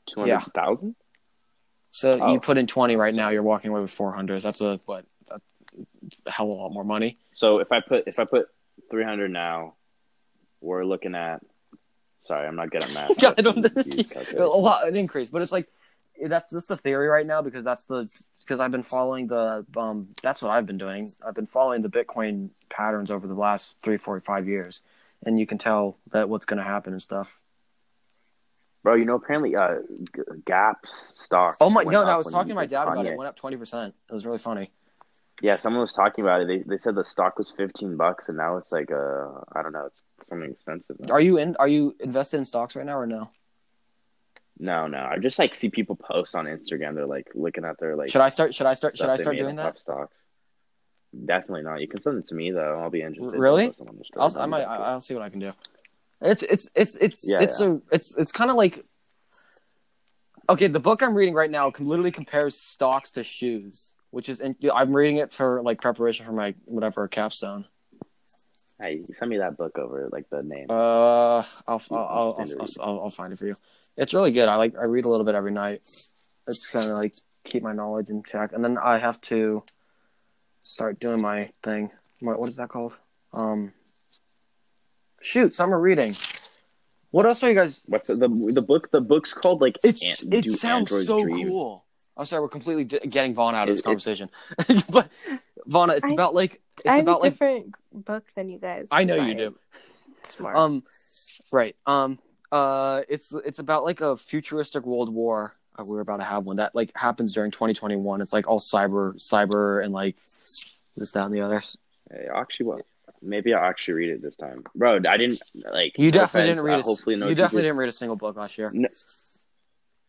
C: Two hundred thousand.
A: So
C: Oh.
A: you put in twenty right now, you're walking away with four hundred. That's a what that's a hell of a lot more money.
C: So if I put if I put three hundred now, we're looking at Sorry, I'm not good at math.
A: yeah, I don't. Oh.
C: but you use
A: a
C: calculus.
A: lot an increase, but it's like that's just the theory right now because that's the because I've been following the um that's what I've been doing. I've been following the Bitcoin patterns over the last three, four, five years, and you can tell that what's going to happen and stuff.
C: Bro, you know apparently uh, G- Gap's stocks.
A: Oh my!
C: went
A: No,
C: up
A: no, I was
C: when
A: talking to my dad about it.
C: Kanye-
A: It went up twenty percent. It was really funny.
C: Yeah, someone was talking about it. They, they said the stock was 15 bucks and now it's like uh I don't know, it's something expensive. now.
A: Are you in? Are you invested in stocks right now or no?
C: No, no. I just like see people post on Instagram. They're like looking at their like.
A: Should I start? Should I start?
C: stuff
A: Should I
C: they
A: start
C: made
A: doing
C: in
A: that?
C: top Stocks. Definitely not. You can send it to me though. I'll be interested.
A: Really?
C: I'll post it on the story.
A: I'll, I might. I- I'll see what I can do. It's it's it's it's
C: Yeah,
A: it's a it's it's kind of like okay. The book I'm reading right now can literally compares stocks to shoes, which is and I'm reading it for like preparation for my whatever capstone.
C: Hey, you send me that book over, like the name.
A: Uh, I'll I'll
C: Yeah,
A: I'll,
C: I'll
A: I'll,
C: send it.
A: I'll, I'll find it for you. It's really good. I like I read a little bit every night. It's kind of like keep my knowledge in check, and then I have to start doing my thing. My, what is that called? Um, shoot, summer reading. What else are you guys?
C: What's the, the the book? The book's called like.
A: It's
C: Ant-
A: it
C: Do
A: sounds
C: Androids
A: so
C: Dream?
A: cool. I'm Oh, sorry, we're completely d- getting Vaughn out of
C: It-
A: this
C: it's-
A: conversation, but Vaughn, it's
B: I-
A: about like it's
B: I have
A: about
B: a
A: like
B: different book than you guys.
A: I know you
B: but
A: do.
B: Smart.
A: Um, right. Um, uh, it's it's about like a futuristic world war. Uh, we're about to have one that like happens during 2021. It's like all cyber, cyber, and like this, that, and the others.
C: Hey, actually, what? Maybe I'll actually read it this time, bro. I didn't like.
A: You definitely
C: no offense,
A: didn't read.
C: uh,
A: a s-
C: hopefully, no.
A: you definitely
C: teachers-
A: didn't read a single book last year.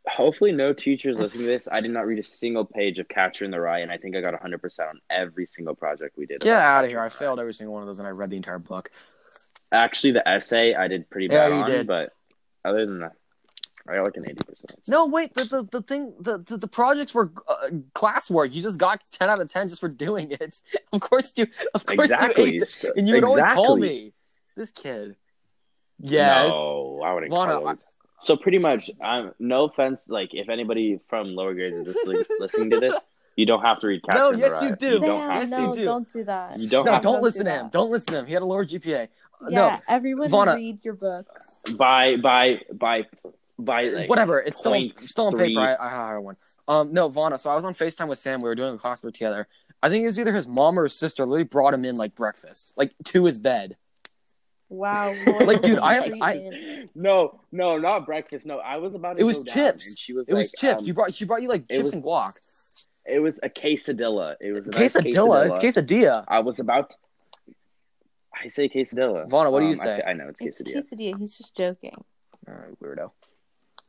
C: Hopefully, no teachers listening to this. I did not read a single page of Catcher in the Rye, and I think I got 100 percent on every single project we did.
A: Get out
C: about Catcher
A: of
C: in
A: here! I
C: the Rye.
A: failed every single one of those, and I read the entire book.
C: Actually, the essay I did pretty
A: Yeah,
C: bad
A: you
C: on,
A: did.
C: but other than that, I got like an 80 percent.
A: No, wait. The the, the thing the, the the projects were uh, classwork. You just got 10 out of 10 just for doing it. Of course you. Of course you. aced
C: Exactly.
A: it.
C: so-
A: And you would always call
C: exactly.
A: me this kid. Yes.
C: No, I wouldn't
A: Lana,
C: call it. So pretty much, um, no offense. Like, if anybody from lower grades is lis- listening to this, you don't have to read Catcher
A: No,
C: in
A: yes,
C: the Rye.
A: you do.
C: You
A: Damn,
C: don't have
A: Yes,
C: to.
A: you
B: no,
A: do.
B: not do that.
C: You don't
A: no,
C: have-
A: don't listen to him. Don't listen to him. He had a lower GPA. no.
B: Yeah, everyone
A: Vonna-
B: read your books.
C: By by by by like
A: Whatever. It's still on,
C: point
A: still on
C: three.
A: paper. I, I hired one. Um, no, Vana. So I was on Facetime with Sam. We were doing a classwork together. I think it was either his mom or his sister. Literally brought him in like breakfast, like to his bed.
B: Wow.
A: Like, dude, I-
B: Lord,
A: I-
B: treatment.
C: No, no, not breakfast. No, I was about to.
A: It was
C: go down,
A: chips.
C: and she was.
A: It was
C: like,
A: chips.
C: um,
A: you brought she brought you like
C: it
A: chips
C: was-
A: and guac.
C: It was a quesadilla. It was a nice
A: Quesadilla. It's quesadilla.
C: I was about. I say quesadilla. Um,
A: Vaughn, what do you
C: I
A: say?
C: I know it's
B: It's
C: quesadilla.
B: quesadilla. He's just joking.
A: All right, weirdo.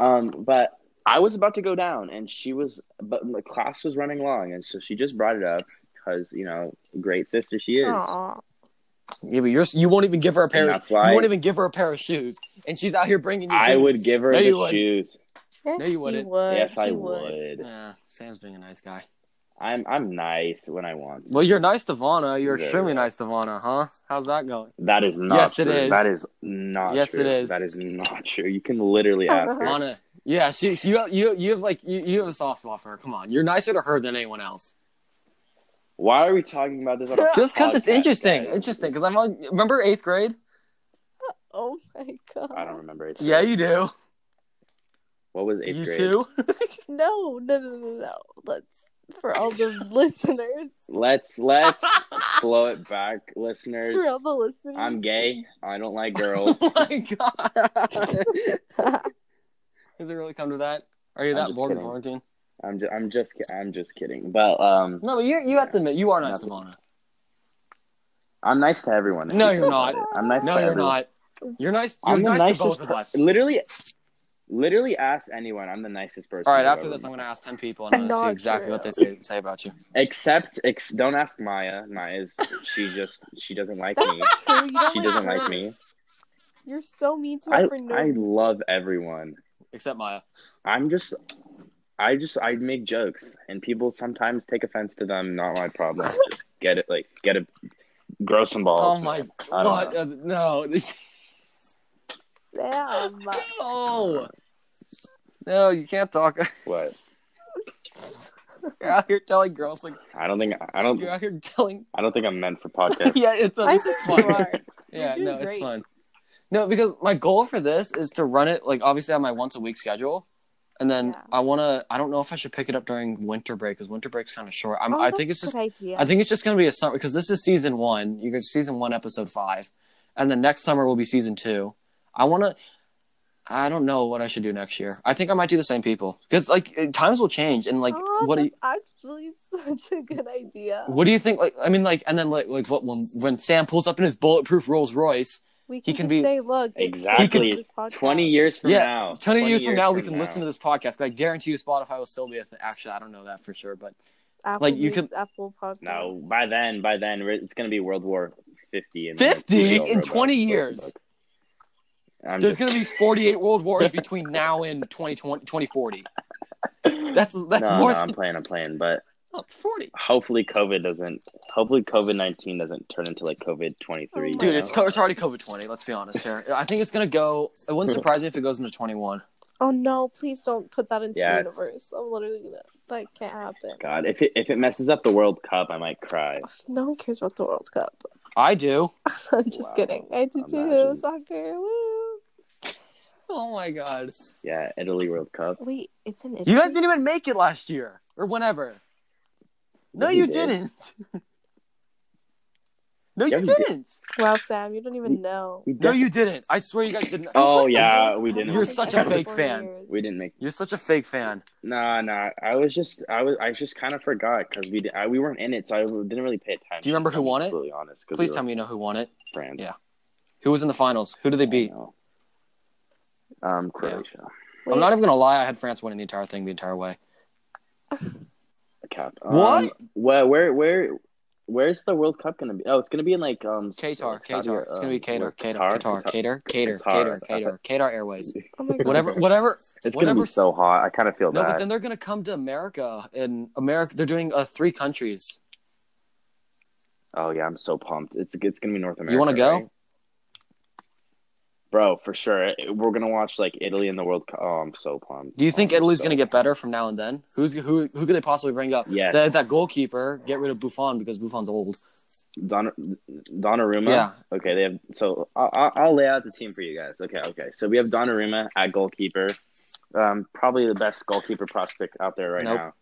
C: Um, but I was about to go down, and she was, but the class was running long, and so she just brought it up because you know, great sister she is.
B: Aw.
A: Yeah, but you're, you won't even give her a pair.
C: And
A: Of,
C: that's why-
A: you won't even give her a pair of shoes, and she's out here bringing you.
C: I
A: things.
C: would give her
A: No, you
C: the
A: wouldn't.
C: shoes.
B: Yes,
A: No, you wouldn't.
B: He would.
C: yes, I
B: He
C: would.
A: Yeah, Sam's being a nice guy.
C: I'm I'm nice when I want. to.
A: Well, you're nice to Vana. You're
C: Yeah.
A: extremely nice to Vana, huh? How's that going?
C: that is not.
A: Yes, it
C: true.
A: is.
C: That is not.
A: Yes,
C: true.
A: it is.
C: That is not true. You can literally ask her.
A: Vana, yeah, she, you, you, you have like you, you have a soft spot for her. Come on, you're nicer to her than anyone else.
C: Why are we talking about this? On a
A: Just because it's
C: podcast,
A: interesting,
C: guys?
A: interesting. Because I'm on. Remember eighth grade?
B: Oh my god.
C: I don't remember. Eighth
A: Yeah,
C: grade.
A: you do.
C: What was eighth
A: you
C: grade?
A: too.
B: No, no, no, no, no. Let's for all the listeners.
C: Let's let's slow it back, listeners.
B: For all the listeners.
C: I'm gay. I don't like girls.
A: oh my god. Has it really come to that? Are you
C: I'm
A: that
C: just
A: bored of
C: kidding.
A: quarantine?
C: I'm just, I'm just, ki- I'm just kidding. But um,
A: No, but you you have to admit you are nice to
C: Nothing.
A: Vana.
C: I'm nice to everyone.
A: No, you're not.
C: I'm nice.
A: No,
C: to
A: you're
C: everyone.
A: not. You're nice. You're
C: I'm the
A: nice
C: nicest.
A: to both of
C: per-
A: us.
C: Literally, literally ask anyone. I'm the nicest person.
A: All right,
C: you've
A: after
C: ever
A: this, I'm
C: met.
A: going to ask 10 people and I'm going to
B: Not
A: see exactly
B: true.
A: what they say, say about you.
C: Except, ex- don't ask Maya. Maya's, she just, she doesn't like
B: That's
C: me.
B: not true. You don't
C: She
B: like
C: doesn't
B: her.
C: like me.
B: You're so mean to her
C: I,
B: for no
C: I
B: reason.
C: love everyone.
A: Except Maya.
C: I'm just, I just, I make jokes, and people sometimes take offense to them. Not my problem. just get it, like, get it, grow some balls.
A: Oh my
C: man. I don't
A: god. Uh, no.
B: Sam.
A: no. No, you can't talk.
C: What?
A: You're out here telling girls, like,
C: I don't think, I don't,
A: you're out here telling.
C: I don't think I'm meant for podcast.
A: yeah, it's,
B: I
A: this is
B: think you
A: fun.
B: are.
A: Yeah,
B: You're
A: no,
B: doing
A: it's
B: great.
A: fun. No, because my goal for this is to run it like obviously I have my once a week schedule, and then
B: Yeah.
A: I want to. I don't know if I should pick it up during winter break because winter break's kind of short. I'm,
B: Oh,
A: Um, I
B: that's
A: think it's
B: a
A: just.
B: good idea.
A: I think it's just going to be a summer because this is season one. You guys, season one, episode five, and then next summer will be season two. I want to. I don't know what I should do next year. I think I might do the same people because like it- times will change and like
B: oh,
A: what do you,
B: that's actually such a good idea.
A: what do you think? Like I mean like and then like like what when when Sam pulls up in his bulletproof Rolls Royce
B: we
A: he can
B: can, just
A: be-
B: say, look, it's
C: Exactly.
B: this podcast.
C: 20 years from
A: Yeah,
C: now.
A: 20, years from now, we can listen to this podcast. 'cause I guarantee you, Spotify will still be a thing. Actually, I don't know that for sure, but
B: Apple
A: like, you
B: Music, Apple Podcast.
C: No, by then, by then, we're- it's going to be World War 50. And
A: 50?
C: Real
A: In 20
C: Roblox.
A: years.
C: I'm
A: there's
C: just
A: going to be 48 world wars between now and 2020, 2040.
C: kidding.
A: That's that's
C: no,
A: more
C: no, I'm
A: than
C: playing, I'm playing, but
A: oh, 40.
C: hopefully COVID doesn't, hopefully COVID 19 doesn't turn into like COVID 23.
B: Oh my
A: Dude, it's, co- it's already COVID 20. Let's be honest here. I think it's going to go. It wouldn't surprise me if it goes into 21.
B: Oh no, please don't put that into
C: Yeah,
B: the
C: it's-
B: universe. I'm literally gonna that can't happen.
C: God, if it, if it messes up the World Cup, I might cry.
B: Ugh, No one cares about the World Cup.
A: I do.
B: I'm just
C: Wow,
B: kidding. I do too.
C: imagine.
B: Soccer. Woo.
A: Oh my god.
C: Yeah, Italy World Cup.
B: Wait, it's an
A: You guys didn't even make it last year or whenever. No,
C: We
A: you
C: did.
A: didn't. No,
C: Yeah,
A: you
C: we did.
A: didn't.
B: Wow, Sam, you don't even know.
C: We
A: No,
C: def-
A: you didn't. I swear you guys didn't.
C: Oh yeah, we didn't.
A: You're such a fake fan.
C: We didn't make.
A: You're such a fake fan.
C: Nah, nah. I was just, I was, I just kind of forgot because we, did, I, we weren't in it, so I didn't really pay attention.
A: Do you remember who
C: I'm
A: won it?
C: Completely honest. 'cause
A: Please
C: we
A: tell me you know who won it.
C: were France.
A: Yeah. Who was in the finals? Who did they beat?
C: No. Um, Croatia.
B: Wait,
A: I'm not even gonna lie. I had France winning the entire thing the entire way.
C: A cap.
A: What?
C: Um, where, where, where, where's the World Cup gonna be? Oh, it's gonna be in like um.
A: Qatar,
C: Saudi-
A: Qatar. It's gonna be
C: um,
A: Qatar, Qatar,
C: Qatar,
A: Qatar, Qatar, Qatar,
C: Qatar,
A: Qatar,
C: Qatar.
A: Qatar, Qatar Airways.
B: Oh my god.
A: Whatever, whatever.
C: It's gonna
A: whatever.
C: be so hot. I kind of feel
A: No, but
C: bad.
A: then they're gonna come to America and America. They're doing uh, three countries.
C: Oh yeah, I'm so pumped. It's it's gonna be North America.
A: You wanna go?
C: right? Bro, for sure. We're gonna watch like Italy in the World Cup. Oh, I'm so pumped.
A: Do you think
C: I'm
A: Italy's
C: so
A: gonna get better from now and then? Who's who? Who could they possibly bring up?
C: Yes.
A: That, that goalkeeper. Get rid of Buffon because Buffon's old.
C: Don Donnarumma.
A: Yeah.
C: Okay, they have. So I'll- I'll, I'll lay out the team for you guys. Okay, okay. So we have Donnarumma at goalkeeper. Um, probably the best goalkeeper prospect out there right
A: Nope.
C: now.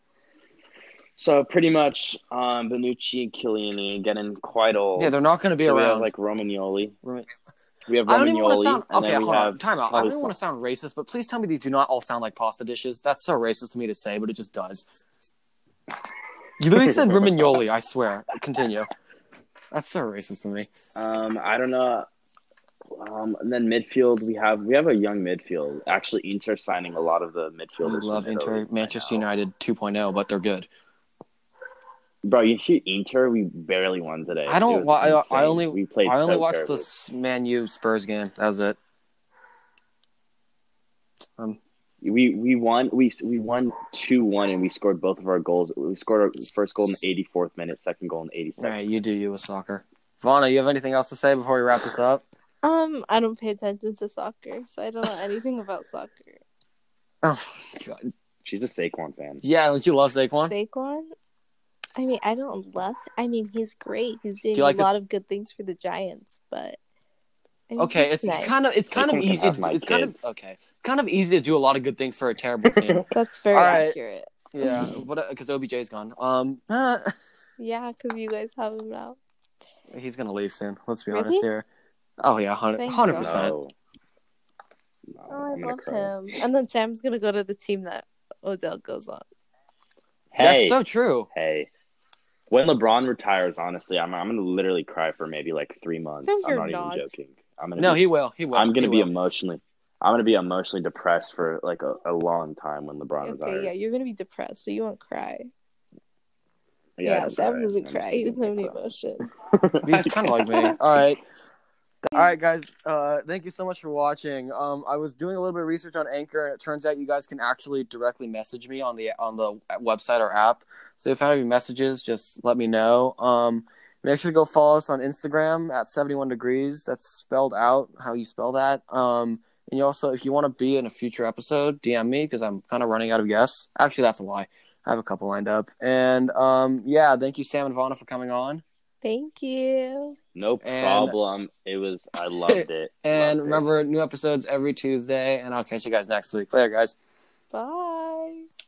C: So pretty much, um, Benucci and Chiellini getting quite old.
A: Yeah, they're not gonna be
C: so we have
A: around.
C: like Romagnoli.
A: Remi-
C: We have Romagnoli.
A: I don't even want to sound
C: and
A: okay.
C: then we
A: Hold
C: have
A: on, time out. I don't even
C: Olsen.
A: want to sound racist, but please tell me these do not all sound like pasta dishes. That's so racist to me to say, but it just does. You literally said romagnoli. I swear. Continue. That's so racist to me.
C: Um, I don't know. Um, and then midfield, we have we have a young midfield. Actually, Inter signing a lot of the
A: I
C: midfielders.
A: love
C: from Italy
A: Inter
C: right
A: Manchester
C: now.
A: United 2.0, but they're good.
C: Bro, you see Inter? We barely won today.
A: I don't
C: It was
A: wa- I- I
C: insane.
A: only-
C: we played.
A: I only
C: so
A: watched the
C: terribly.
A: S- Man U Spurs game. That was it.
C: We we won. We we won two one, and we scored both of our goals. We scored our first goal in the eighty fourth minute, second goal in the eighty
A: All
C: second.
A: right, you do you with soccer. Vana, you have anything else to say before we wrap this up?
B: Um, I don't pay attention to soccer, so I don't know anything about soccer.
A: Oh, God.
C: She's a Saquon fan.
A: Yeah, don't you love Saquon?
B: Saquon? I mean, I don't love. I mean, he's great. He's doing
A: you like
B: a
A: his-
B: lot of good things for the Giants, but I mean,
A: Okay,
B: he's
A: it's, it's
B: nice.
A: kind of it's kind of
C: Saquon can
A: easy.
C: have
A: To,
C: my
A: it's kind of
C: kids.
A: okay. It's kind of easy to do a lot of good things for a terrible team.
B: that's very
A: All right.
B: accurate.
A: Yeah, what? Because OBJ's gone. Um,
B: Yeah, because you guys have him now.
A: he's gonna leave soon. Let's be
B: Really?
A: honest here. Oh yeah, hundred
B: Thank
A: hundred
B: God.
A: percent.
C: No. No,
B: Oh, I
C: I'm gonna
B: love
C: cry.
B: him. And then Sam's gonna go to the team that Odell goes on.
A: That's
C: Hey.
A: so true.
C: Hey, when LeBron retires, honestly, I'm I'm gonna literally cry for maybe like three months.
B: No,
C: I'm
B: you're
C: not,
B: not.
C: even joking. I'm gonna
A: No,
C: be,
A: he will. He will.
C: I'm gonna
A: He
C: be
A: will.
C: emotionally. I'm gonna be emotionally depressed for like a, a long time when LeBron
B: Okay,
C: retires.
B: yeah, you're gonna be depressed, but you won't cry.
C: I
B: Yeah,
C: don't
B: Sam
C: cry.
B: doesn't
C: I'm
B: cry.
C: just
B: He doesn't have any
C: kidding.
B: emotion.
A: He's kind of like me. All right. All right, guys. Uh, thank you so much for watching. Um, I was doing a little bit of research on Anchor, and it turns out you guys can actually directly message me on the on the website or app. So if you have any messages, just let me know. Um, make sure to go follow us on Instagram at seventy one degrees. That's spelled out how you spell that. Um, and you also, if you want to be in a future episode, DM me because I'm kind of running out of guests. Actually, that's a lie. I have a couple lined up. And um, yeah, thank you, Sam and Vana, for coming on.
B: Thank you.
C: No
A: And-
C: problem. it was. I loved it.
A: And
C: Loved it.
A: remember, new episodes every Tuesday. And I'll catch you guys next week. Later, guys.
B: Bye.